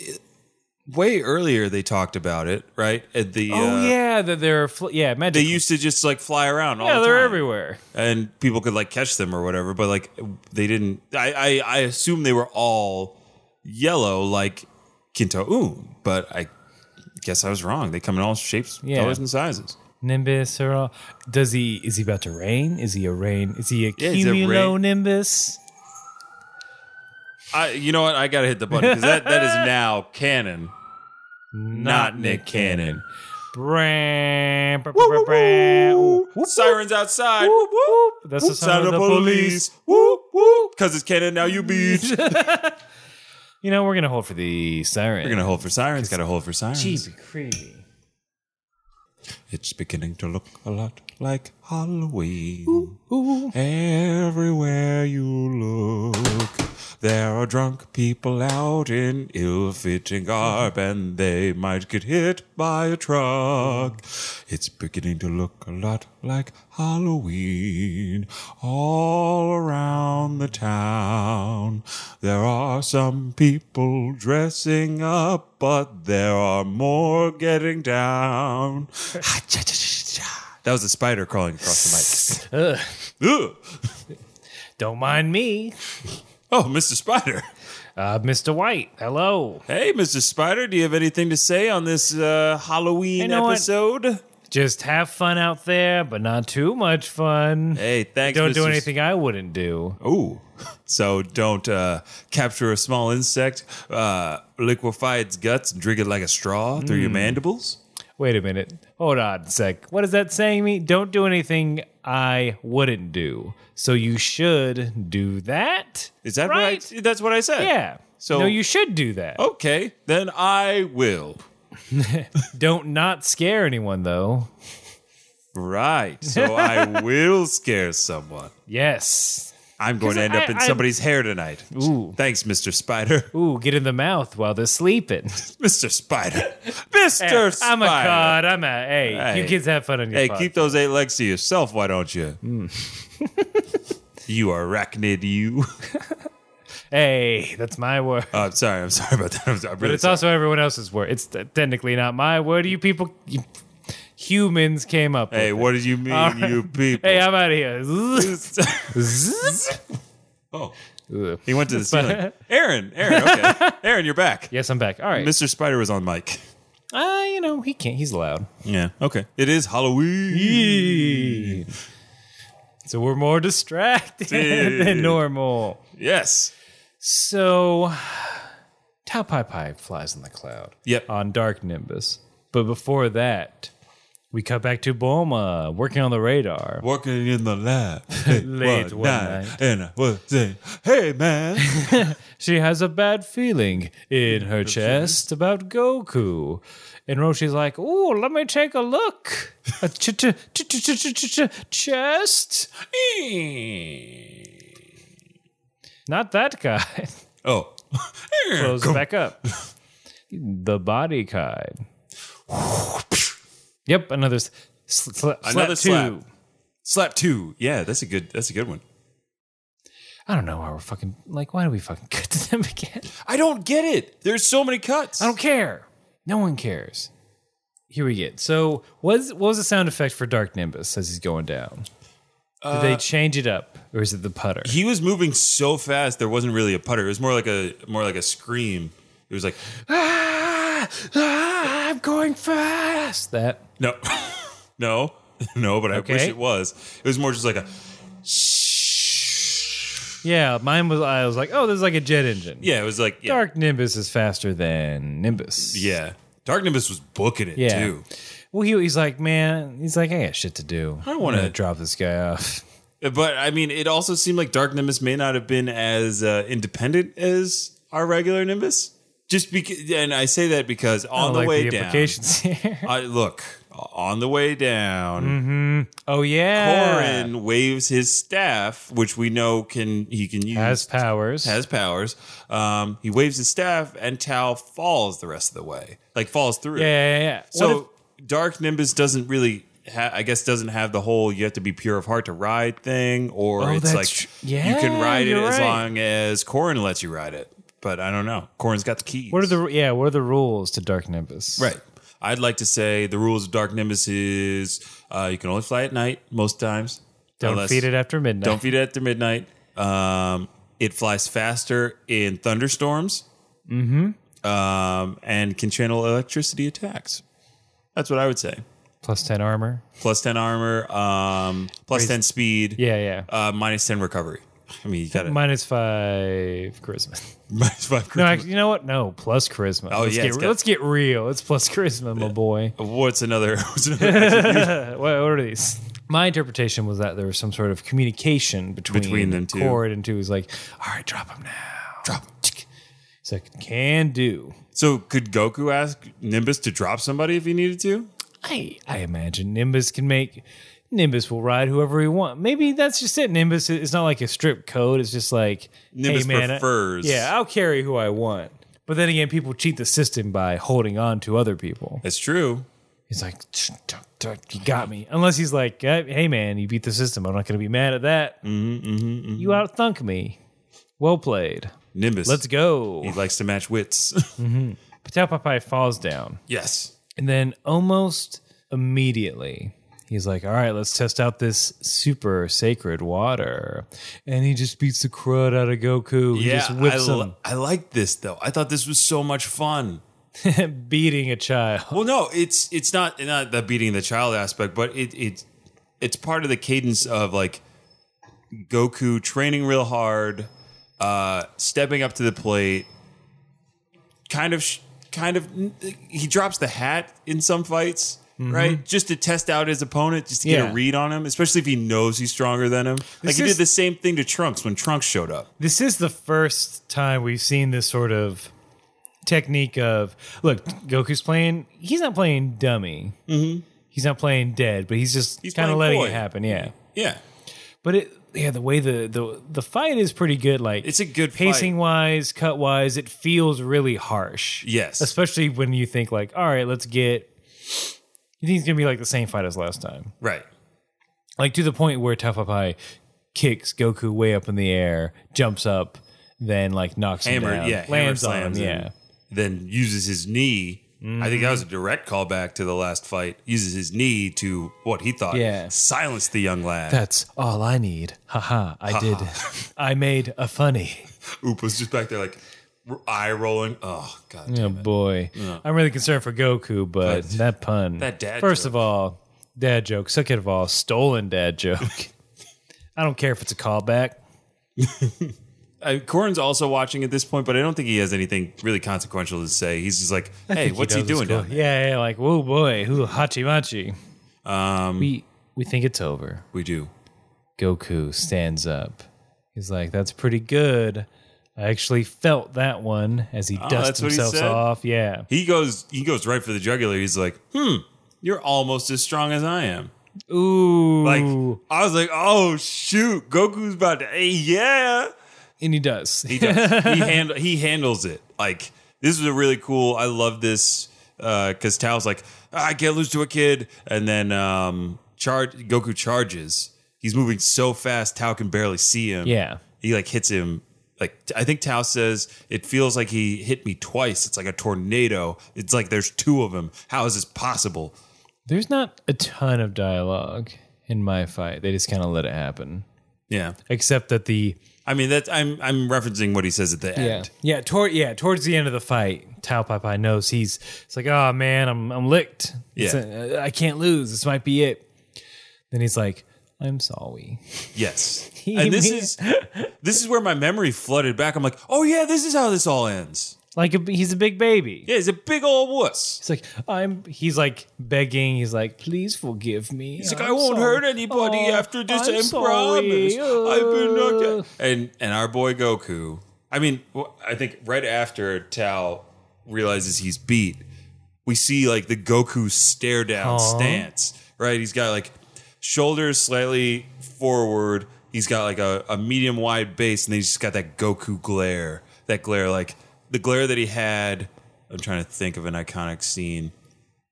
Speaker 2: way earlier they talked about it, right? At the
Speaker 1: oh
Speaker 2: uh,
Speaker 1: yeah, that they're fl- yeah
Speaker 2: they
Speaker 1: magic.
Speaker 2: used to just like fly around. All
Speaker 1: yeah,
Speaker 2: the
Speaker 1: they're
Speaker 2: time.
Speaker 1: everywhere.
Speaker 2: and people could like catch them or whatever. But like they didn't. I I, I assume they were all yellow like Kinto Un, but I guess I was wrong. They come in all shapes,
Speaker 1: Yeah.
Speaker 2: colors, and sizes.
Speaker 1: Nimbus or all- does he? Is he about to rain? Is he a rain? Is he a
Speaker 2: Yeah, he's a rain-
Speaker 1: cumulonimbus?
Speaker 2: I you know what? I gotta hit the button because that that is now canon, not Nick Cannon.
Speaker 1: Bram, bram, bram, bram. Whoop, whoop,
Speaker 2: Sirens outside.
Speaker 1: whoop, whoop. That's the
Speaker 2: Sound of the police. Whoop whoop. Cause it's canon now. You beat. We're
Speaker 1: You know we're gonna hold for the siren.
Speaker 2: gonna hold for sirens. Gotta hold for sirens.
Speaker 1: Jeepy creepy.
Speaker 2: It's beginning to look a lot like Halloween. Everywhere you look, there are drunk people out in ill fitting garb and they might get hit by a truck. It's beginning to look a lot like Halloween. All around the town, there are some people dressing up, but there are more getting down. That was a spider crawling across the
Speaker 1: Ugh,
Speaker 2: mic. Ugh.
Speaker 1: don't mind me,
Speaker 2: Oh, Mr. Spider.
Speaker 1: uh, Mr. White. Hello.
Speaker 2: Hey, Mr. Spider, do you have anything to say on this uh, Halloween
Speaker 1: You know what?
Speaker 2: episode?
Speaker 1: Just have fun out there, but not too much fun.
Speaker 2: Hey, thanks. Oh.
Speaker 1: don't
Speaker 2: Mr.
Speaker 1: do anything I wouldn't do.
Speaker 2: Ooh. So don't uh, capture a small insect, uh, liquefy its guts, and drink it like a straw through
Speaker 1: Hmm.
Speaker 2: your mandibles.
Speaker 1: Wait a minute. Hold on a sec. What does that saying mean? Don't do anything I wouldn't do. So you should do that.
Speaker 2: Is that
Speaker 1: Right.
Speaker 2: right? That's what I said.
Speaker 1: Yeah.
Speaker 2: So- Oh.
Speaker 1: no, you should do that.
Speaker 2: Okay, then I will.
Speaker 1: Don't not scare anyone though.
Speaker 2: Right. So I will scare someone.
Speaker 1: Yes.
Speaker 2: I'm going to end up
Speaker 1: I-
Speaker 2: in
Speaker 1: I-
Speaker 2: somebody's hair tonight.
Speaker 1: Ooh.
Speaker 2: Thanks, Mr. Spider.
Speaker 1: Ooh, get in the mouth while they're sleeping.
Speaker 2: Mr. Spider. Mr. Spider.
Speaker 1: I'm a cod. I'm a hey. You
Speaker 2: Hey.
Speaker 1: kids have fun on your
Speaker 2: Hey,
Speaker 1: pod.
Speaker 2: keep those eight legs to yourself, why don't you?
Speaker 1: Hmm.
Speaker 2: you arachnid, you.
Speaker 1: hey, that's my word.
Speaker 2: Oh, I'm sorry. I'm sorry about that. I'm, I'm
Speaker 1: But
Speaker 2: really
Speaker 1: it's
Speaker 2: sorry.
Speaker 1: also everyone else's word. It's t- technically not my word. You people, you, humans came up.
Speaker 2: Hey,
Speaker 1: with
Speaker 2: what did you mean, you people?
Speaker 1: it. hey, I'm out of here.
Speaker 2: oh, he went to the ceiling. Aaron, Aaron, okay. Aaron, you're back.
Speaker 1: yes, I'm back. All right.
Speaker 2: Mr. Spider was on mic.
Speaker 1: Ah, you know he can't. He's loud.
Speaker 2: Yeah, okay. It is Halloween.
Speaker 1: So we're more distracted than
Speaker 2: Dude.
Speaker 1: normal.
Speaker 2: yes.
Speaker 1: So, Tau Pai Pai flies in the cloud.
Speaker 2: Yep.
Speaker 1: On Dark Nimbus. But before that, we cut back to Bulma working on the radar.
Speaker 2: Working in the lab
Speaker 1: Late one night.
Speaker 2: and I was saying, "Hey man,
Speaker 1: She has a bad feeling in her chest about Goku. And Roshi's like, Ooh, let me take a look. A ch- ch- ch- ch- ch- ch- ch- chest? Not that guy.
Speaker 2: oh,
Speaker 1: Close it back up. The body kind. Yep, another s- sl- sl- slap
Speaker 2: Another
Speaker 1: two.
Speaker 2: slap. slap two. Yeah, that's a good. That's a good one.
Speaker 1: I don't know why we're fucking like. Why do we fucking cut to them again?
Speaker 2: I don't get it. There's so many cuts.
Speaker 1: I don't care. No one cares. Here we get. So, what's, what was the sound effect for Dark Nimbus as he's going down? Did
Speaker 2: Uh,
Speaker 1: they change it up, or is it the putter?
Speaker 2: he was moving so fast. There wasn't really a putter. It was more like a more like a scream. It was like
Speaker 1: Ah, ah, I'm going fast. That
Speaker 2: no, no, no. But I wish
Speaker 1: Okay.
Speaker 2: it was. It was more just like a
Speaker 1: yeah, mine was. I was like, oh, this is like a jet engine.
Speaker 2: yeah. It was like yeah,
Speaker 1: Dark Nimbus is faster than Nimbus.
Speaker 2: yeah. Dark Nimbus was booking it
Speaker 1: Yeah.
Speaker 2: too.
Speaker 1: Well, he, he's like, man, he's like, I got shit to do. I
Speaker 2: wanna-
Speaker 1: drop this guy off.
Speaker 2: But I mean, it also seemed like Dark Nimbus may not have been as uh, independent as our regular Nimbus. Just because, and I say that because on the
Speaker 1: like
Speaker 2: way
Speaker 1: the
Speaker 2: down,
Speaker 1: implications here.
Speaker 2: I look on the way down.
Speaker 1: Oh yeah,
Speaker 2: Corin waves his staff, which we know can he can use
Speaker 1: has powers.
Speaker 2: has powers. Um, he waves his staff, and Tao falls the rest of the way, like falls through.
Speaker 1: yeah, yeah, yeah. What if-
Speaker 2: So Dark Nimbus doesn't really, ha- I guess, doesn't have the whole you have to be pure of heart to ride thing, or
Speaker 1: Oh,
Speaker 2: it's
Speaker 1: that's
Speaker 2: like
Speaker 1: tr-
Speaker 2: you can
Speaker 1: Yeah,
Speaker 2: ride it
Speaker 1: you're
Speaker 2: as
Speaker 1: right.
Speaker 2: long as Corin lets you ride it. but I don't know. Corn's got the keys.
Speaker 1: What are the yeah? What are the rules to Dark Nimbus?
Speaker 2: Right. I'd like to say the rules of Dark Nimbus is uh, you can only fly at night most times.
Speaker 1: Don't
Speaker 2: Unless-
Speaker 1: feed it after midnight.
Speaker 2: Don't feed it after midnight. Um, it flies faster in thunderstorms. Mm-hmm. Um, and can channel electricity attacks. That's what I would say.
Speaker 1: Plus ten armor.
Speaker 2: Plus ten armor. Um, plus ten speed.
Speaker 1: Yeah, yeah.
Speaker 2: Uh, minus ten recovery. I mean, you got to
Speaker 1: Minus five charisma.
Speaker 2: minus five.
Speaker 1: No,
Speaker 2: charisma.
Speaker 1: actually, you know what? No, plus charisma.
Speaker 2: Oh,
Speaker 1: let's
Speaker 2: yeah, it's
Speaker 1: get,
Speaker 2: got-
Speaker 1: let's get real. It's plus charisma, my boy. Uh,
Speaker 2: What's another? What's another
Speaker 1: what, what are these? My interpretation was that there was some sort of communication between,
Speaker 2: Between them two.
Speaker 1: Cord and two. He's like, all right, drop him now. Drop him. He's like, can do.
Speaker 2: so could Goku ask Nimbus to drop somebody if he needed to?
Speaker 1: I I imagine Nimbus can make Nimbus will ride whoever he wants. Maybe that's just it. Nimbus it's not like a strict code. It's just like
Speaker 2: Nimbus
Speaker 1: hey, man, I-
Speaker 2: prefers.
Speaker 1: yeah, I'll carry who I want. But then again, people cheat the system by holding on to other people.
Speaker 2: That's true.
Speaker 1: He's like, "Tch, tch, tch, you got me. Unless he's like, hey man, you beat the system. I'm not going to be mad at that. Mm-hmm, You outthunk me. Well played.
Speaker 2: Nimbus.
Speaker 1: Let's
Speaker 2: He
Speaker 1: go.
Speaker 2: likes to match wits.
Speaker 1: Patel Papai falls down.
Speaker 2: yes.
Speaker 1: And then almost immediately, he's like, all right, let's test out this super sacred water. And he just beats the crud out of Goku. He just whips
Speaker 2: I, li- I like this though. I thought this was so much fun.
Speaker 1: him, beating a child.
Speaker 2: Well, no, it's it's not not the beating the child aspect, but it it it's part of the cadence of like Goku training real hard, uh, stepping up to the plate, kind of sh- kind of he drops the hat in some fights. Right, just to test out his opponent, just to get
Speaker 1: Mm-hmm. Yeah.
Speaker 2: a read on him, especially if he knows he's stronger than him. Like he
Speaker 1: is-
Speaker 2: did the same thing to Trunks when Trunks showed up.
Speaker 1: This is the first time we've seen this sort of technique of look, Goku's playing, he's not playing dummy. Mm-hmm. He's not playing dead, but he's just
Speaker 2: He's
Speaker 1: kind of
Speaker 2: playing
Speaker 1: letting
Speaker 2: coy.
Speaker 1: it happen. Yeah.
Speaker 2: Yeah,
Speaker 1: But it, yeah, the way the, the the fight is pretty good. Like
Speaker 2: It's a good fight.
Speaker 1: pacing wise, cut wise. It feels really harsh.
Speaker 2: Yes.
Speaker 1: especially when you think like, all right, let's get. You think it's gonna be like the same fight as last time,
Speaker 2: right.
Speaker 1: like to the point where Tapapai kicks Goku way up in the air, jumps up, then like knocks
Speaker 2: hammer,
Speaker 1: him down,
Speaker 2: yeah,
Speaker 1: lands
Speaker 2: hammer
Speaker 1: on him,
Speaker 2: slams him,
Speaker 1: yeah.
Speaker 2: Then uses his knee. I think that was a
Speaker 1: Mm-hmm.
Speaker 2: direct callback to the last fight. Uses his knee to what he thought
Speaker 1: Yeah.
Speaker 2: silence the young lad.
Speaker 1: That's all I need. Haha, I did. I made a funny.
Speaker 2: Oop was just back there like r- eye rolling. Oh god.
Speaker 1: Oh boy, I'm really concerned for Goku, but
Speaker 2: But-
Speaker 1: that pun.
Speaker 2: that dad
Speaker 1: First
Speaker 2: joke.
Speaker 1: of all, dad joke. Second of all, stolen dad joke. I don't care if it's a callback.
Speaker 2: Uh, Corrin's also watching at this point, but I don't think he has anything really consequential to say. He's just like, "Hey, what's he,
Speaker 1: knows
Speaker 2: doing
Speaker 1: it's cool.
Speaker 2: down there?"
Speaker 1: Yeah, yeah, like whoa, boy, who hachi machi. Um, we we think it's over.
Speaker 2: We do.
Speaker 1: Goku stands up. He's like, "That's pretty good." I actually felt that one as he dusts
Speaker 2: Oh, that's what he
Speaker 1: himself
Speaker 2: said?
Speaker 1: off. Yeah,
Speaker 2: He goes. He goes right for the jugular. He's like, "Hmm, you're almost as strong as I am."
Speaker 1: ooh,
Speaker 2: Like I was like, "Oh shoot, Goku's about to." Hey, yeah.
Speaker 1: and he does.
Speaker 2: He does. he, hand, he handles it. Like this is a really cool. I love this because Tao's like, "Ah, I can't lose to a kid, and then um, charge Goku charges. He's moving so fast, Tao can barely see him.
Speaker 1: Yeah.
Speaker 2: he like hits him. Like I think Tao says, it feels like he hit me twice. It's like a tornado. It's like there's two of them. How is this possible?
Speaker 1: There's not a ton of dialogue in my fight. They just kind of let it happen.
Speaker 2: Yeah,
Speaker 1: Except that the
Speaker 2: I mean that's I'm I'm referencing what he says at the
Speaker 1: yeah
Speaker 2: end.
Speaker 1: yeah toward yeah towards the end of the fight, Tao Pai Pai knows he's it's like oh man I'm I'm licked. It's- uh, I can't lose. This might be it. Then he's like I'm sorry.
Speaker 2: Yes. And this
Speaker 1: mean-
Speaker 2: is this is where my memory flooded back. I'm like, oh yeah, this is how this all ends.
Speaker 1: Like a, he's a big baby.
Speaker 2: Yeah, he's a big old wuss.
Speaker 1: It's like I'm. He's like begging. He's like, please forgive me. Oh, He's
Speaker 2: It's like I won't hurt anybody after this. i promise. I've been okay. and and our boy Goku. I mean, wh- I think right after Tao realizes he's beat, we see like the Goku stare down stance. Right, he's got like shoulders slightly forward. He's got like a, a medium wide base, and then he's just got that Goku glare. That glare, like the glare that he had. I'm trying to think of an iconic scene.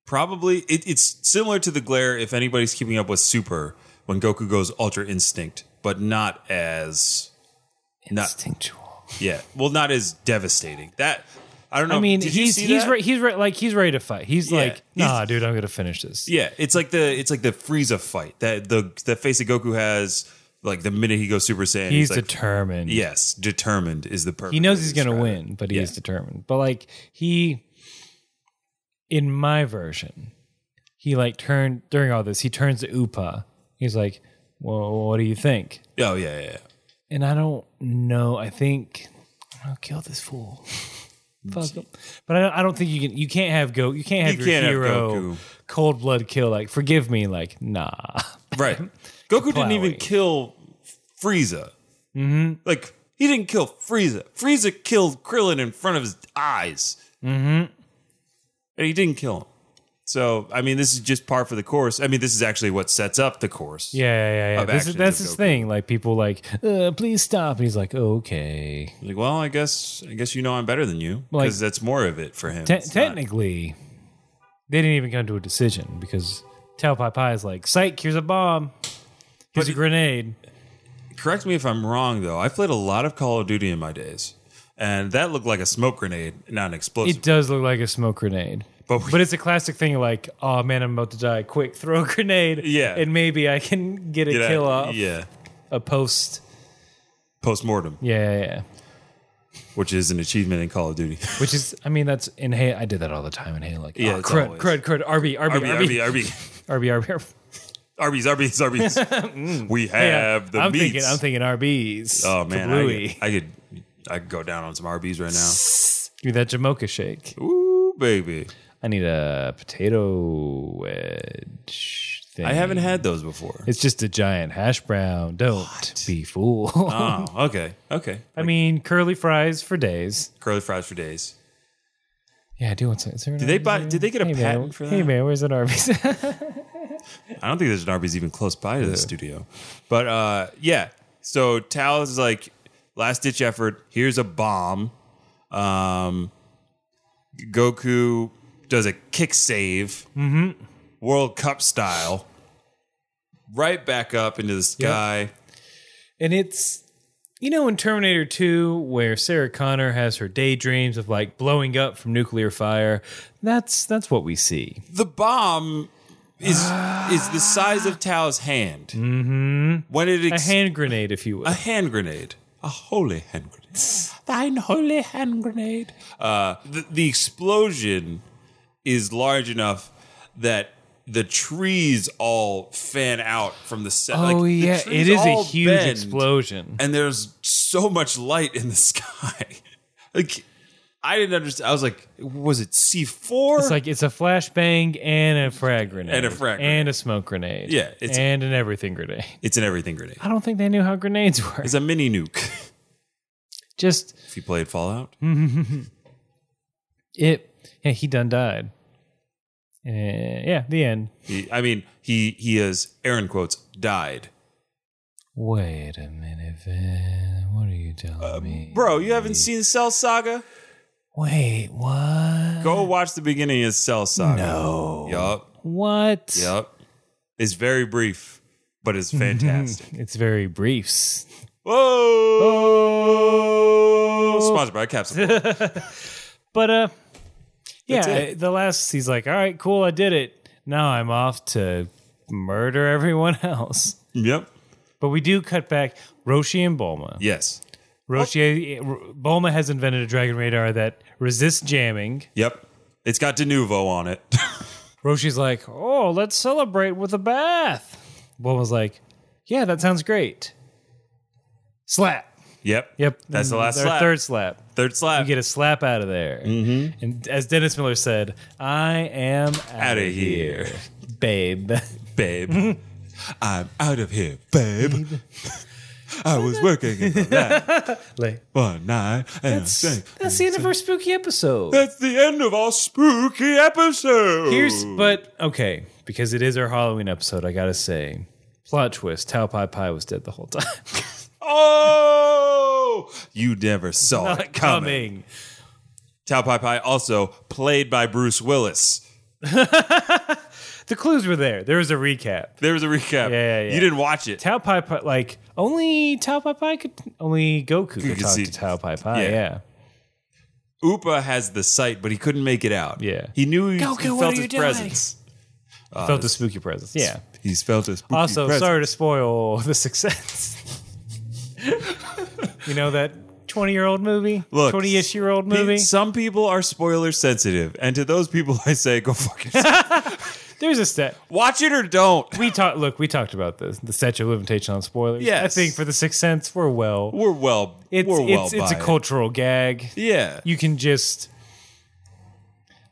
Speaker 2: Probably it, it's similar to the glare if anybody's keeping up with Super when Goku goes Ultra Instinct, but not as not
Speaker 1: Instinctual.
Speaker 2: Yeah. Well, not as devastating. That I don't know.
Speaker 1: I mean,
Speaker 2: Um, did you
Speaker 1: he's
Speaker 2: see
Speaker 1: he's
Speaker 2: that?
Speaker 1: re- he's re- like he's ready to fight. He's
Speaker 2: Yeah,
Speaker 1: like,
Speaker 2: he's-
Speaker 1: nah, dude, I'm gonna finish this.
Speaker 2: Yeah, it's like the it's like the Frieza fight that the the face that Goku has. Like the minute he goes Super Saiyan,
Speaker 1: he's
Speaker 2: like,
Speaker 1: determined.
Speaker 2: yes, determined is the perfect.
Speaker 1: he knows
Speaker 2: way
Speaker 1: he's
Speaker 2: to
Speaker 1: going to
Speaker 2: describe it.
Speaker 1: win, but he
Speaker 2: Yeah.
Speaker 1: is determined. But like he, in my version, he like turned during all this. He turns to Upa. He's like, "Well, what do you think?"
Speaker 2: Oh yeah, yeah, yeah.
Speaker 1: And I don't know. I think I'll kill this fool. Fuck him. But I don't, I don't think you can. You can't have go. You can't have
Speaker 2: You
Speaker 1: your
Speaker 2: can't have
Speaker 1: hero
Speaker 2: Goku.
Speaker 1: cold blood kill. Like, forgive me. Like, nah.
Speaker 2: Right. Goku didn't even
Speaker 1: Plowing.
Speaker 2: kill Frieza. Mm-hmm. Like, he didn't kill Frieza. Frieza killed Krillin in front of his eyes. Mm-hmm. And he didn't kill him. So, I mean, this is just par for the course. I mean, this is actually what sets up the course.
Speaker 1: Yeah, yeah, yeah.
Speaker 2: Of
Speaker 1: This is,
Speaker 2: actions
Speaker 1: that's
Speaker 2: of
Speaker 1: his
Speaker 2: Goku.
Speaker 1: thing. Like, people like, uh, please stop. And he's like, okay.
Speaker 2: Like, well, I guess I guess you know I'm better than you.
Speaker 1: Like-
Speaker 2: Because that's more of it for him.
Speaker 1: Te-
Speaker 2: It's not-
Speaker 1: technically, they didn't even come to a decision because Tao Pai Pai is like, psych, here's a bomb. Here's a grenade.
Speaker 2: correct me if I'm wrong, though. I played a lot of Call of Duty in my days. And that looked like a smoke grenade, not an explosive.
Speaker 1: It does look like a smoke grenade.
Speaker 2: But we-
Speaker 1: it's a classic thing like, oh man, I'm about to die. Quick, throw a grenade.
Speaker 2: Yeah.
Speaker 1: And maybe I can get a
Speaker 2: Yeah,
Speaker 1: kill off
Speaker 2: Yeah.
Speaker 1: a post.
Speaker 2: Post mortem.
Speaker 1: Yeah, yeah, yeah.
Speaker 2: which is an achievement in Call of Duty.
Speaker 1: Which is, I mean, that's in Halo. I did that all the time in Halo. Like,
Speaker 2: Yeah,
Speaker 1: oh,
Speaker 2: it's
Speaker 1: crud,
Speaker 2: always-
Speaker 1: crud, crud, RB, RB,
Speaker 2: RB,
Speaker 1: RB,
Speaker 2: RB, RB,
Speaker 1: RB, RB.
Speaker 2: Arby's, Arby's, Arby's. we
Speaker 1: Yeah,
Speaker 2: have the
Speaker 1: I'm
Speaker 2: meats.
Speaker 1: thinking, I'm thinking RBs.
Speaker 2: oh man, I
Speaker 1: Kablooey.
Speaker 2: could, I could, I could go down on some Arby's right now.
Speaker 1: Give me that Jamocha shake.
Speaker 2: Ooh, baby,
Speaker 1: I need a potato wedge thing.
Speaker 2: I haven't had those before.
Speaker 1: It's just a giant hash brown. Don't be fooled.
Speaker 2: Oh, okay, okay.
Speaker 1: I mean, curly fries for days.
Speaker 2: Curly fries for days.
Speaker 1: Yeah, I do want some. Is there an
Speaker 2: Did they
Speaker 1: Arby's
Speaker 2: buy?
Speaker 1: here?
Speaker 2: Did they get a
Speaker 1: hey,
Speaker 2: patent
Speaker 1: man,
Speaker 2: for
Speaker 1: Hey
Speaker 2: that?
Speaker 1: man, where's an Arby's?
Speaker 2: I don't think there's an Arby's even close by to the studio. But uh, yeah, so Tal is like last ditch effort. Here's a bomb. Um, Goku does a kick save, mm-hmm. World Cup style, right back up into the sky.
Speaker 1: and it's you know in Terminator 2 where Sarah Connor has her daydreams of like blowing up from nuclear fire. That's that's what we see.
Speaker 2: The bomb is is the size of Tao's hand. Mm-hmm. When it
Speaker 1: A
Speaker 2: ex-
Speaker 1: hand grenade, if you will.
Speaker 2: a hand grenade, a holy hand grenade. Thine holy hand grenade. Uh, the, the explosion is large enough that the trees all fan out from the set.
Speaker 1: oh yeah, it is a huge
Speaker 2: explosion
Speaker 1: explosion.
Speaker 2: and there's so much light in the sky. like I didn't understand. I was like, was it C four?
Speaker 1: It's like it's a flashbang and a frag grenade
Speaker 2: And a frag grenade.
Speaker 1: and a smoke grenade.
Speaker 2: Yeah, it's-
Speaker 1: and an everything grenade.
Speaker 2: it's an everything grenade.
Speaker 1: I don't think they knew how grenades work.
Speaker 2: It's a mini nuke.
Speaker 1: Just
Speaker 2: if you played Fallout,
Speaker 1: Hmm. it. Yeah, he done died. Uh, yeah, the end.
Speaker 2: he, I mean, he he is air in quotes died.
Speaker 1: Wait a minute, Vin. What are you telling
Speaker 2: Um,
Speaker 1: me,
Speaker 2: Bro, you haven't seen Cell Saga?
Speaker 1: Wait, what?
Speaker 2: Go watch the beginning of Cell Saga. No. Yup.
Speaker 1: What?
Speaker 2: Yup. It's very brief, but
Speaker 1: Mhm.
Speaker 2: it's fantastic.
Speaker 1: It's very briefs. Oh.
Speaker 2: Whoa! Sponsored by Capsule.
Speaker 1: But uh, yeah,
Speaker 2: That's it.
Speaker 1: I- the last he's like, all right, cool, I did it. Now I'm off to murder everyone else.
Speaker 2: yep.
Speaker 1: But we do cut back Roshi and Bulma.
Speaker 2: Yes.
Speaker 1: Roshi,
Speaker 2: Oh.
Speaker 1: R- Bulma has invented a dragon radar that resists jamming.
Speaker 2: Yep. It's got Denuvo on it.
Speaker 1: Roshi's like, "Oh, let's celebrate with a bath." Bulma's like, "Yeah, that sounds great." Slap.
Speaker 2: yep.
Speaker 1: Yep,
Speaker 2: That's the last
Speaker 1: Our
Speaker 2: slap.
Speaker 1: Third slap.
Speaker 2: Third slap.
Speaker 1: You get a slap out of there. Mm-hmm. And as Dennis Miller said, "I am out
Speaker 2: Outta
Speaker 1: of here,
Speaker 2: here."
Speaker 1: babe."
Speaker 2: babe. I'm out of here, babe. I was working in the lab
Speaker 1: Like,
Speaker 2: one night. And that's, saying,
Speaker 1: that's the end of our spooky episode.
Speaker 2: that's the end of our spooky episode.
Speaker 1: Here's but okay because it is our Halloween episode. I gotta say, plot twist: Tao Pai Pai was dead the whole time.
Speaker 2: Oh, you never saw
Speaker 1: Not
Speaker 2: it coming.
Speaker 1: coming.
Speaker 2: Tao Pai Pai, also played by Bruce Willis.
Speaker 1: The clues were there. There was a recap.
Speaker 2: There was a
Speaker 1: Yeah,
Speaker 2: recap.
Speaker 1: yeah, yeah.
Speaker 2: You didn't watch it.
Speaker 1: Tao Pai Pai, like only Tao Pai Pai could, only Goku could
Speaker 2: could
Speaker 1: talk
Speaker 2: see-
Speaker 1: to Tao Pai Pai.
Speaker 2: yeah.
Speaker 1: Yeah.
Speaker 2: Upa has the sight, but he couldn't make it out.
Speaker 1: Yeah.
Speaker 2: He knew he,
Speaker 1: Goku,
Speaker 2: he
Speaker 1: what are
Speaker 2: felt
Speaker 1: you
Speaker 2: his
Speaker 1: doing?
Speaker 2: presence.
Speaker 1: Felt the spooky presence. Yeah.
Speaker 2: He's felt his spooky
Speaker 1: Also,
Speaker 2: presence.
Speaker 1: sorry to spoil the success. you know that 20 year old movie?
Speaker 2: Look,
Speaker 1: 20 ish year old
Speaker 2: pe-
Speaker 1: movie?
Speaker 2: Some people are spoiler sensitive, and to those people, I say, go fuck yourself.
Speaker 1: There's a step.
Speaker 2: watch it or don't.
Speaker 1: We talked. Look, we talked about this. The statute of limitation on spoilers. I
Speaker 2: Yes.
Speaker 1: think for the Sixth Sense, we're well.
Speaker 2: We're well.
Speaker 1: It's
Speaker 2: we're well.
Speaker 1: it's, it's
Speaker 2: by
Speaker 1: a cultural gag.
Speaker 2: It. Yeah.
Speaker 1: You can just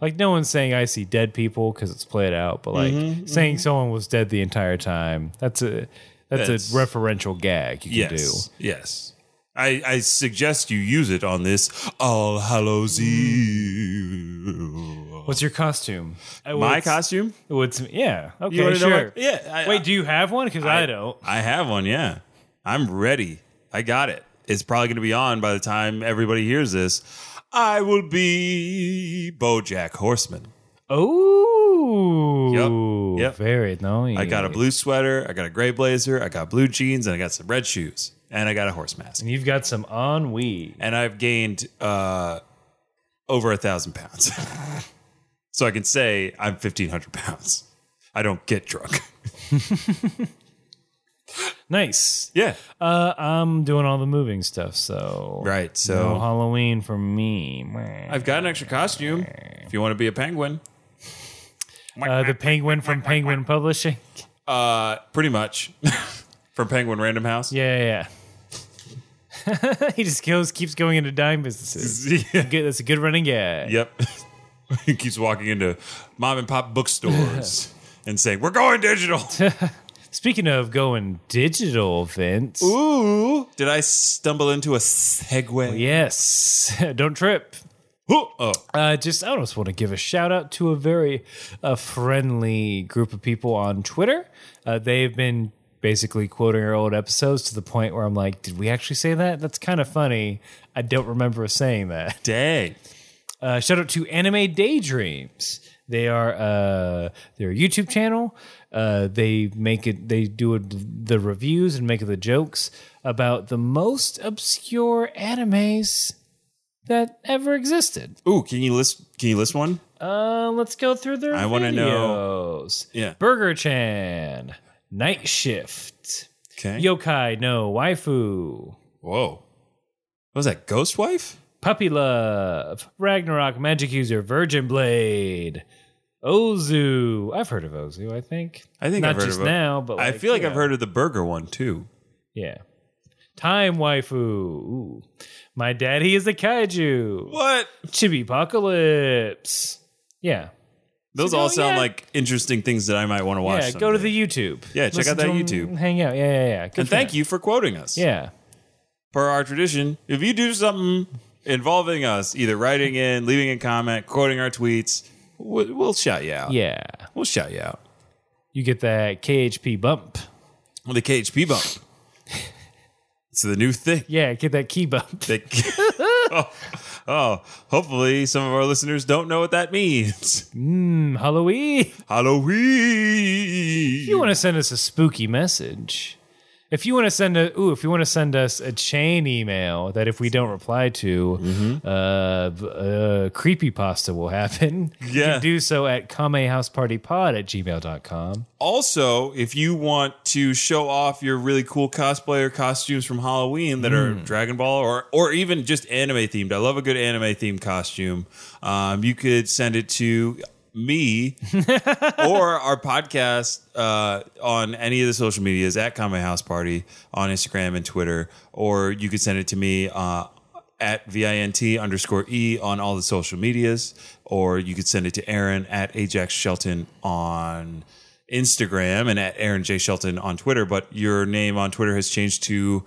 Speaker 1: like no one's saying I see dead people because it's played out, but like
Speaker 2: Mm-hmm,
Speaker 1: saying someone was dead the entire time. That's a that's,
Speaker 2: That's-
Speaker 1: a referential gag you can
Speaker 2: yes. Yes. I, I suggest you use it on this All Hallows Eve.
Speaker 1: do. What's your costume? Uh,
Speaker 2: My
Speaker 1: what's-
Speaker 2: costume?
Speaker 1: What's yeah? Okay,
Speaker 2: wanna know
Speaker 1: sure.
Speaker 2: my- yeah, I-
Speaker 1: Wait, do you have one? Because I, don't.
Speaker 2: I have one, yeah. I'm ready. I got it. It's probably going to be on by the time everybody hears this. I will be Bojack Horseman.
Speaker 1: Oh,
Speaker 2: Yep, yep.
Speaker 1: Very annoying.
Speaker 2: I got a blue sweater, I got a gray blazer, I got blue jeans, and I got some red shoes, and I got a horse mask.
Speaker 1: You've got some ennui.
Speaker 2: And I've gained uh, over a thousand pounds. so I can say I'm 1,500 pounds. I don't get drunk.
Speaker 1: Nice.
Speaker 2: yeah.
Speaker 1: Uh, I'm doing all the moving stuff, so
Speaker 2: Right.
Speaker 1: No
Speaker 2: So
Speaker 1: Halloween for me.
Speaker 2: I've got an extra costume if you want to be a penguin.
Speaker 1: Uh, the Penguin from Penguin Publishing.
Speaker 2: Uh, pretty much from Penguin Random House.
Speaker 1: Yeah, yeah. yeah. he just kills, keeps going into dime businesses.
Speaker 2: Yeah.
Speaker 1: Good, that's a good running guy.
Speaker 2: Yep. he keeps walking into mom and pop bookstores and saying, "We're going digital."
Speaker 1: Speaking of going digital, Vince.
Speaker 2: Ooh, did I stumble into a segue?
Speaker 1: Yes, don't trip.
Speaker 2: Ooh, Oh,
Speaker 1: Uh, just I just want to give a shout out to a very uh, friendly group of people on Twitter. Uh, they've been basically quoting our old episodes to the point where I'm like, did we actually say that? That's kind of funny. I don't remember us saying that.
Speaker 2: dang.
Speaker 1: Uh, shout out to Anime Daydreams. They are uh, their YouTube channel. Uh, they make it. They do it, the reviews and make the jokes about the most obscure animes that ever existed.
Speaker 2: Ooh, can you list? Can you list one?
Speaker 1: Uh, let's go through their
Speaker 2: I wanna
Speaker 1: videos.
Speaker 2: know- Yeah.
Speaker 1: Burger Chan, Night Shift,
Speaker 2: Okay.
Speaker 1: Yokai no Waifu,
Speaker 2: Whoa. What was that? Ghost wife?
Speaker 1: Puppy Love, Ragnarok Magic User, Virgin Blade, Ozu. I've heard of Ozu, I think.
Speaker 2: I think
Speaker 1: not
Speaker 2: I've heard
Speaker 1: just
Speaker 2: of it.
Speaker 1: now, but
Speaker 2: I feel like
Speaker 1: yeah.
Speaker 2: I've heard of the burger one too.
Speaker 1: Yeah. Time Waifu. Ooh. My daddy is a kaiju.
Speaker 2: What?
Speaker 1: Chibi Apocalypse. Yeah.
Speaker 2: Those
Speaker 1: So,
Speaker 2: all sound
Speaker 1: yeah.
Speaker 2: like interesting things that I might want to watch.
Speaker 1: yeah, go to
Speaker 2: someday.
Speaker 1: the YouTube.
Speaker 2: Yeah, check out that
Speaker 1: to 'em
Speaker 2: YouTube.
Speaker 1: Hang out. Yeah, yeah, yeah. Good
Speaker 2: And
Speaker 1: for
Speaker 2: thank
Speaker 1: them.
Speaker 2: you for quoting us.
Speaker 1: Yeah.
Speaker 2: per our tradition, if you do something involving us, either writing in, leaving a comment, quoting our tweets, we'll, we'll shout you out.
Speaker 1: Yeah.
Speaker 2: We'll shout you out.
Speaker 1: You get that KHP bump.
Speaker 2: Well, the KHP bump. it's the new thing.
Speaker 1: Yeah, get that key bump.
Speaker 2: They- oh, oh, hopefully some of our listeners don't know what that means.
Speaker 1: Mm, Halloween.
Speaker 2: Halloween.
Speaker 1: If you want to send us a spooky message, if you want to send a ooh, if you want to send us a chain email that if we don't reply to,
Speaker 2: Mm-hmm.
Speaker 1: uh, b- uh, creepy pasta will happen. You
Speaker 2: Yeah.
Speaker 1: can do so at kamehousepartypod at gmail.com.
Speaker 2: Also, if you want to show off your really cool cosplayer costumes from Halloween that are Dragon Ball or or even just anime themed, I love a good anime themed costume. Um, you could send it to me or our podcast uh, on any of the social medias at Common House Party on Instagram and Twitter, or you could send it to me uh, at vint underscore e on all the social medias, or you could send it to Aaron at Ajax Shelton on Instagram and at Aaron J Shelton on Twitter. But your name on Twitter has changed to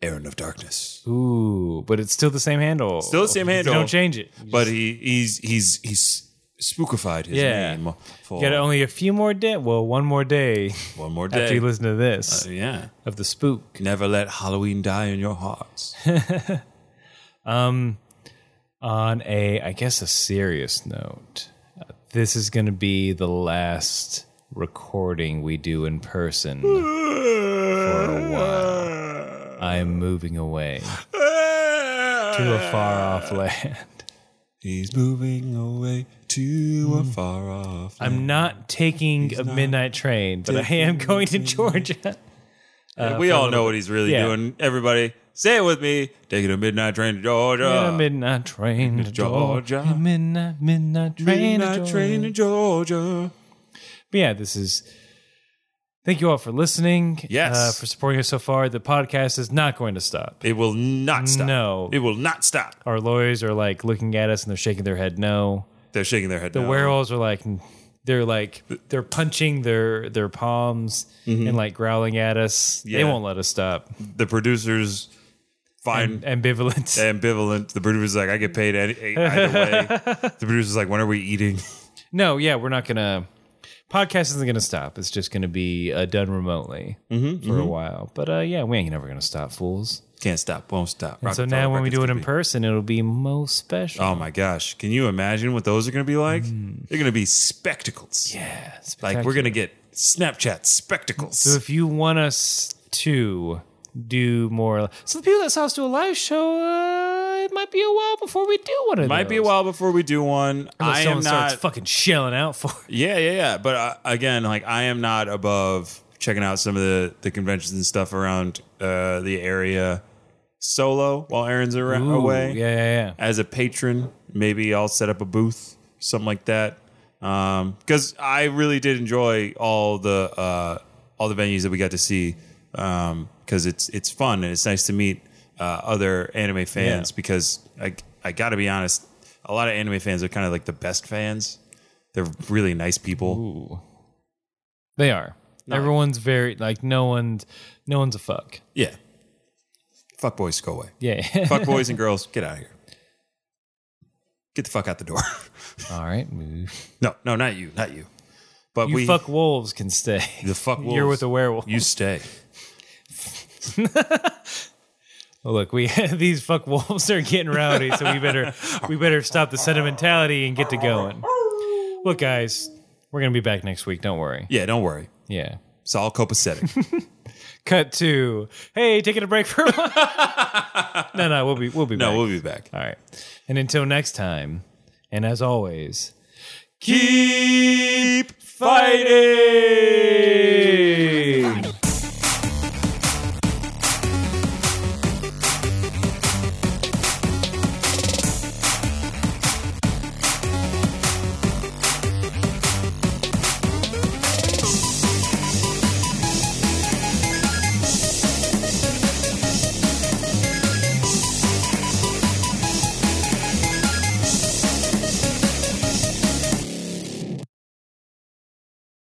Speaker 2: Aaron of Darkness.
Speaker 1: Ooh, but it's still the same handle.
Speaker 2: Still the same
Speaker 1: You
Speaker 2: handle.
Speaker 1: Don't change it. You
Speaker 2: But he he's he's he's spookified his
Speaker 1: Yeah.
Speaker 2: name for
Speaker 1: got only a few more day. Well, one more day
Speaker 2: one more
Speaker 1: after
Speaker 2: day. Uh,
Speaker 1: you listen to this
Speaker 2: yeah.
Speaker 1: of the spook.
Speaker 2: Never let Halloween die in your hearts.
Speaker 1: on a I guess a serious note. This is going to be the last recording we do in person for a while. I'm moving away to a far off land.
Speaker 2: He's moving away to a far off.
Speaker 1: Hmm. I'm not taking a midnight train, but I am going to Georgia.
Speaker 2: we all know what he's really
Speaker 1: yeah.
Speaker 2: doing. Everybody, say it with me. Taking a midnight train to
Speaker 1: Yeah,
Speaker 2: Georgia.
Speaker 1: midnight train to
Speaker 2: Georgia.
Speaker 1: Georgia. Midnight, midnight train to
Speaker 2: midnight
Speaker 1: Georgia.
Speaker 2: train to Georgia.
Speaker 1: But yeah, this is. Thank you all for listening.
Speaker 2: Yes.
Speaker 1: Uh, for supporting us so far. The podcast is not going to stop.
Speaker 2: It will not stop.
Speaker 1: No.
Speaker 2: It will not stop.
Speaker 1: Our lawyers are like looking at us and they're shaking their head no.
Speaker 2: They're shaking their head.
Speaker 1: The
Speaker 2: no.
Speaker 1: werewolves are like they're like they're punching their their palms and like growling at us. They
Speaker 2: Mm-hmm. Yeah.
Speaker 1: won't let us stop.
Speaker 2: the producers find
Speaker 1: Ambivalence.
Speaker 2: ambivalent. The producer's like, I get paid any, either way. the producer's like, when are we eating?
Speaker 1: No, yeah, we're not gonna. Podcast isn't gonna stop. It's just gonna be uh, done remotely
Speaker 2: Mm-hmm,
Speaker 1: for a while. But uh, yeah, we ain't never gonna stop, fools.
Speaker 2: Can't stop, won't stop.
Speaker 1: so now when we do it in person, it'll be most special.
Speaker 2: Oh my gosh! Can you imagine what those are going to be like? They're going to be spectacles.
Speaker 1: Mm. yeah,
Speaker 2: like we're going to get Snapchat spectacles.
Speaker 1: So if you want us to do more, so the people that saw us do a live show, uh, it might be a while before we do one of
Speaker 2: Might be a
Speaker 1: those.
Speaker 2: while before we do one.
Speaker 1: Unless
Speaker 2: I am
Speaker 1: someone
Speaker 2: not.
Speaker 1: starts fucking shelling out for. it.
Speaker 2: yeah, yeah, yeah. But uh, again, like I am not above checking out some of the the conventions and stuff around uh, the area solo while Aaron's around
Speaker 1: Ooh,
Speaker 2: away.
Speaker 1: Yeah, yeah, yeah.
Speaker 2: as a patron. Maybe I'll set up a booth, something like that. Because I really did enjoy all the uh, all the venues that we got to see. Because it's it's fun and it's nice to meet uh, other anime fans.
Speaker 1: Yeah.
Speaker 2: Because I I got to be honest, a lot of anime fans are kind of like the best fans. They're really nice people.
Speaker 1: Ooh. They are. Everyone's very like no one's no one's a fuck.
Speaker 2: Yeah. Fuck boys, go away.
Speaker 1: Yeah.
Speaker 2: Fuck boys and girls, get out of here. Get the fuck out the door.
Speaker 1: All right.
Speaker 2: no, no, not you, not you. But
Speaker 1: You
Speaker 2: we
Speaker 1: fuck wolves can stay.
Speaker 2: The fuck wolves.
Speaker 1: You're with a werewolf.
Speaker 2: You stay.
Speaker 1: Well, look, we these fuck wolves are getting rowdy, so we better we better stop the sentimentality and get to going. Look, guys, we're gonna be back next week. Don't worry.
Speaker 2: Yeah, don't worry.
Speaker 1: Yeah.
Speaker 2: It's all copacetic.
Speaker 1: Cut to hey, taking a break for a while. no, no, we'll be we'll be
Speaker 2: no,
Speaker 1: back.
Speaker 2: we'll be back.
Speaker 1: All right. And until next time, and as always.
Speaker 2: Keep fighting.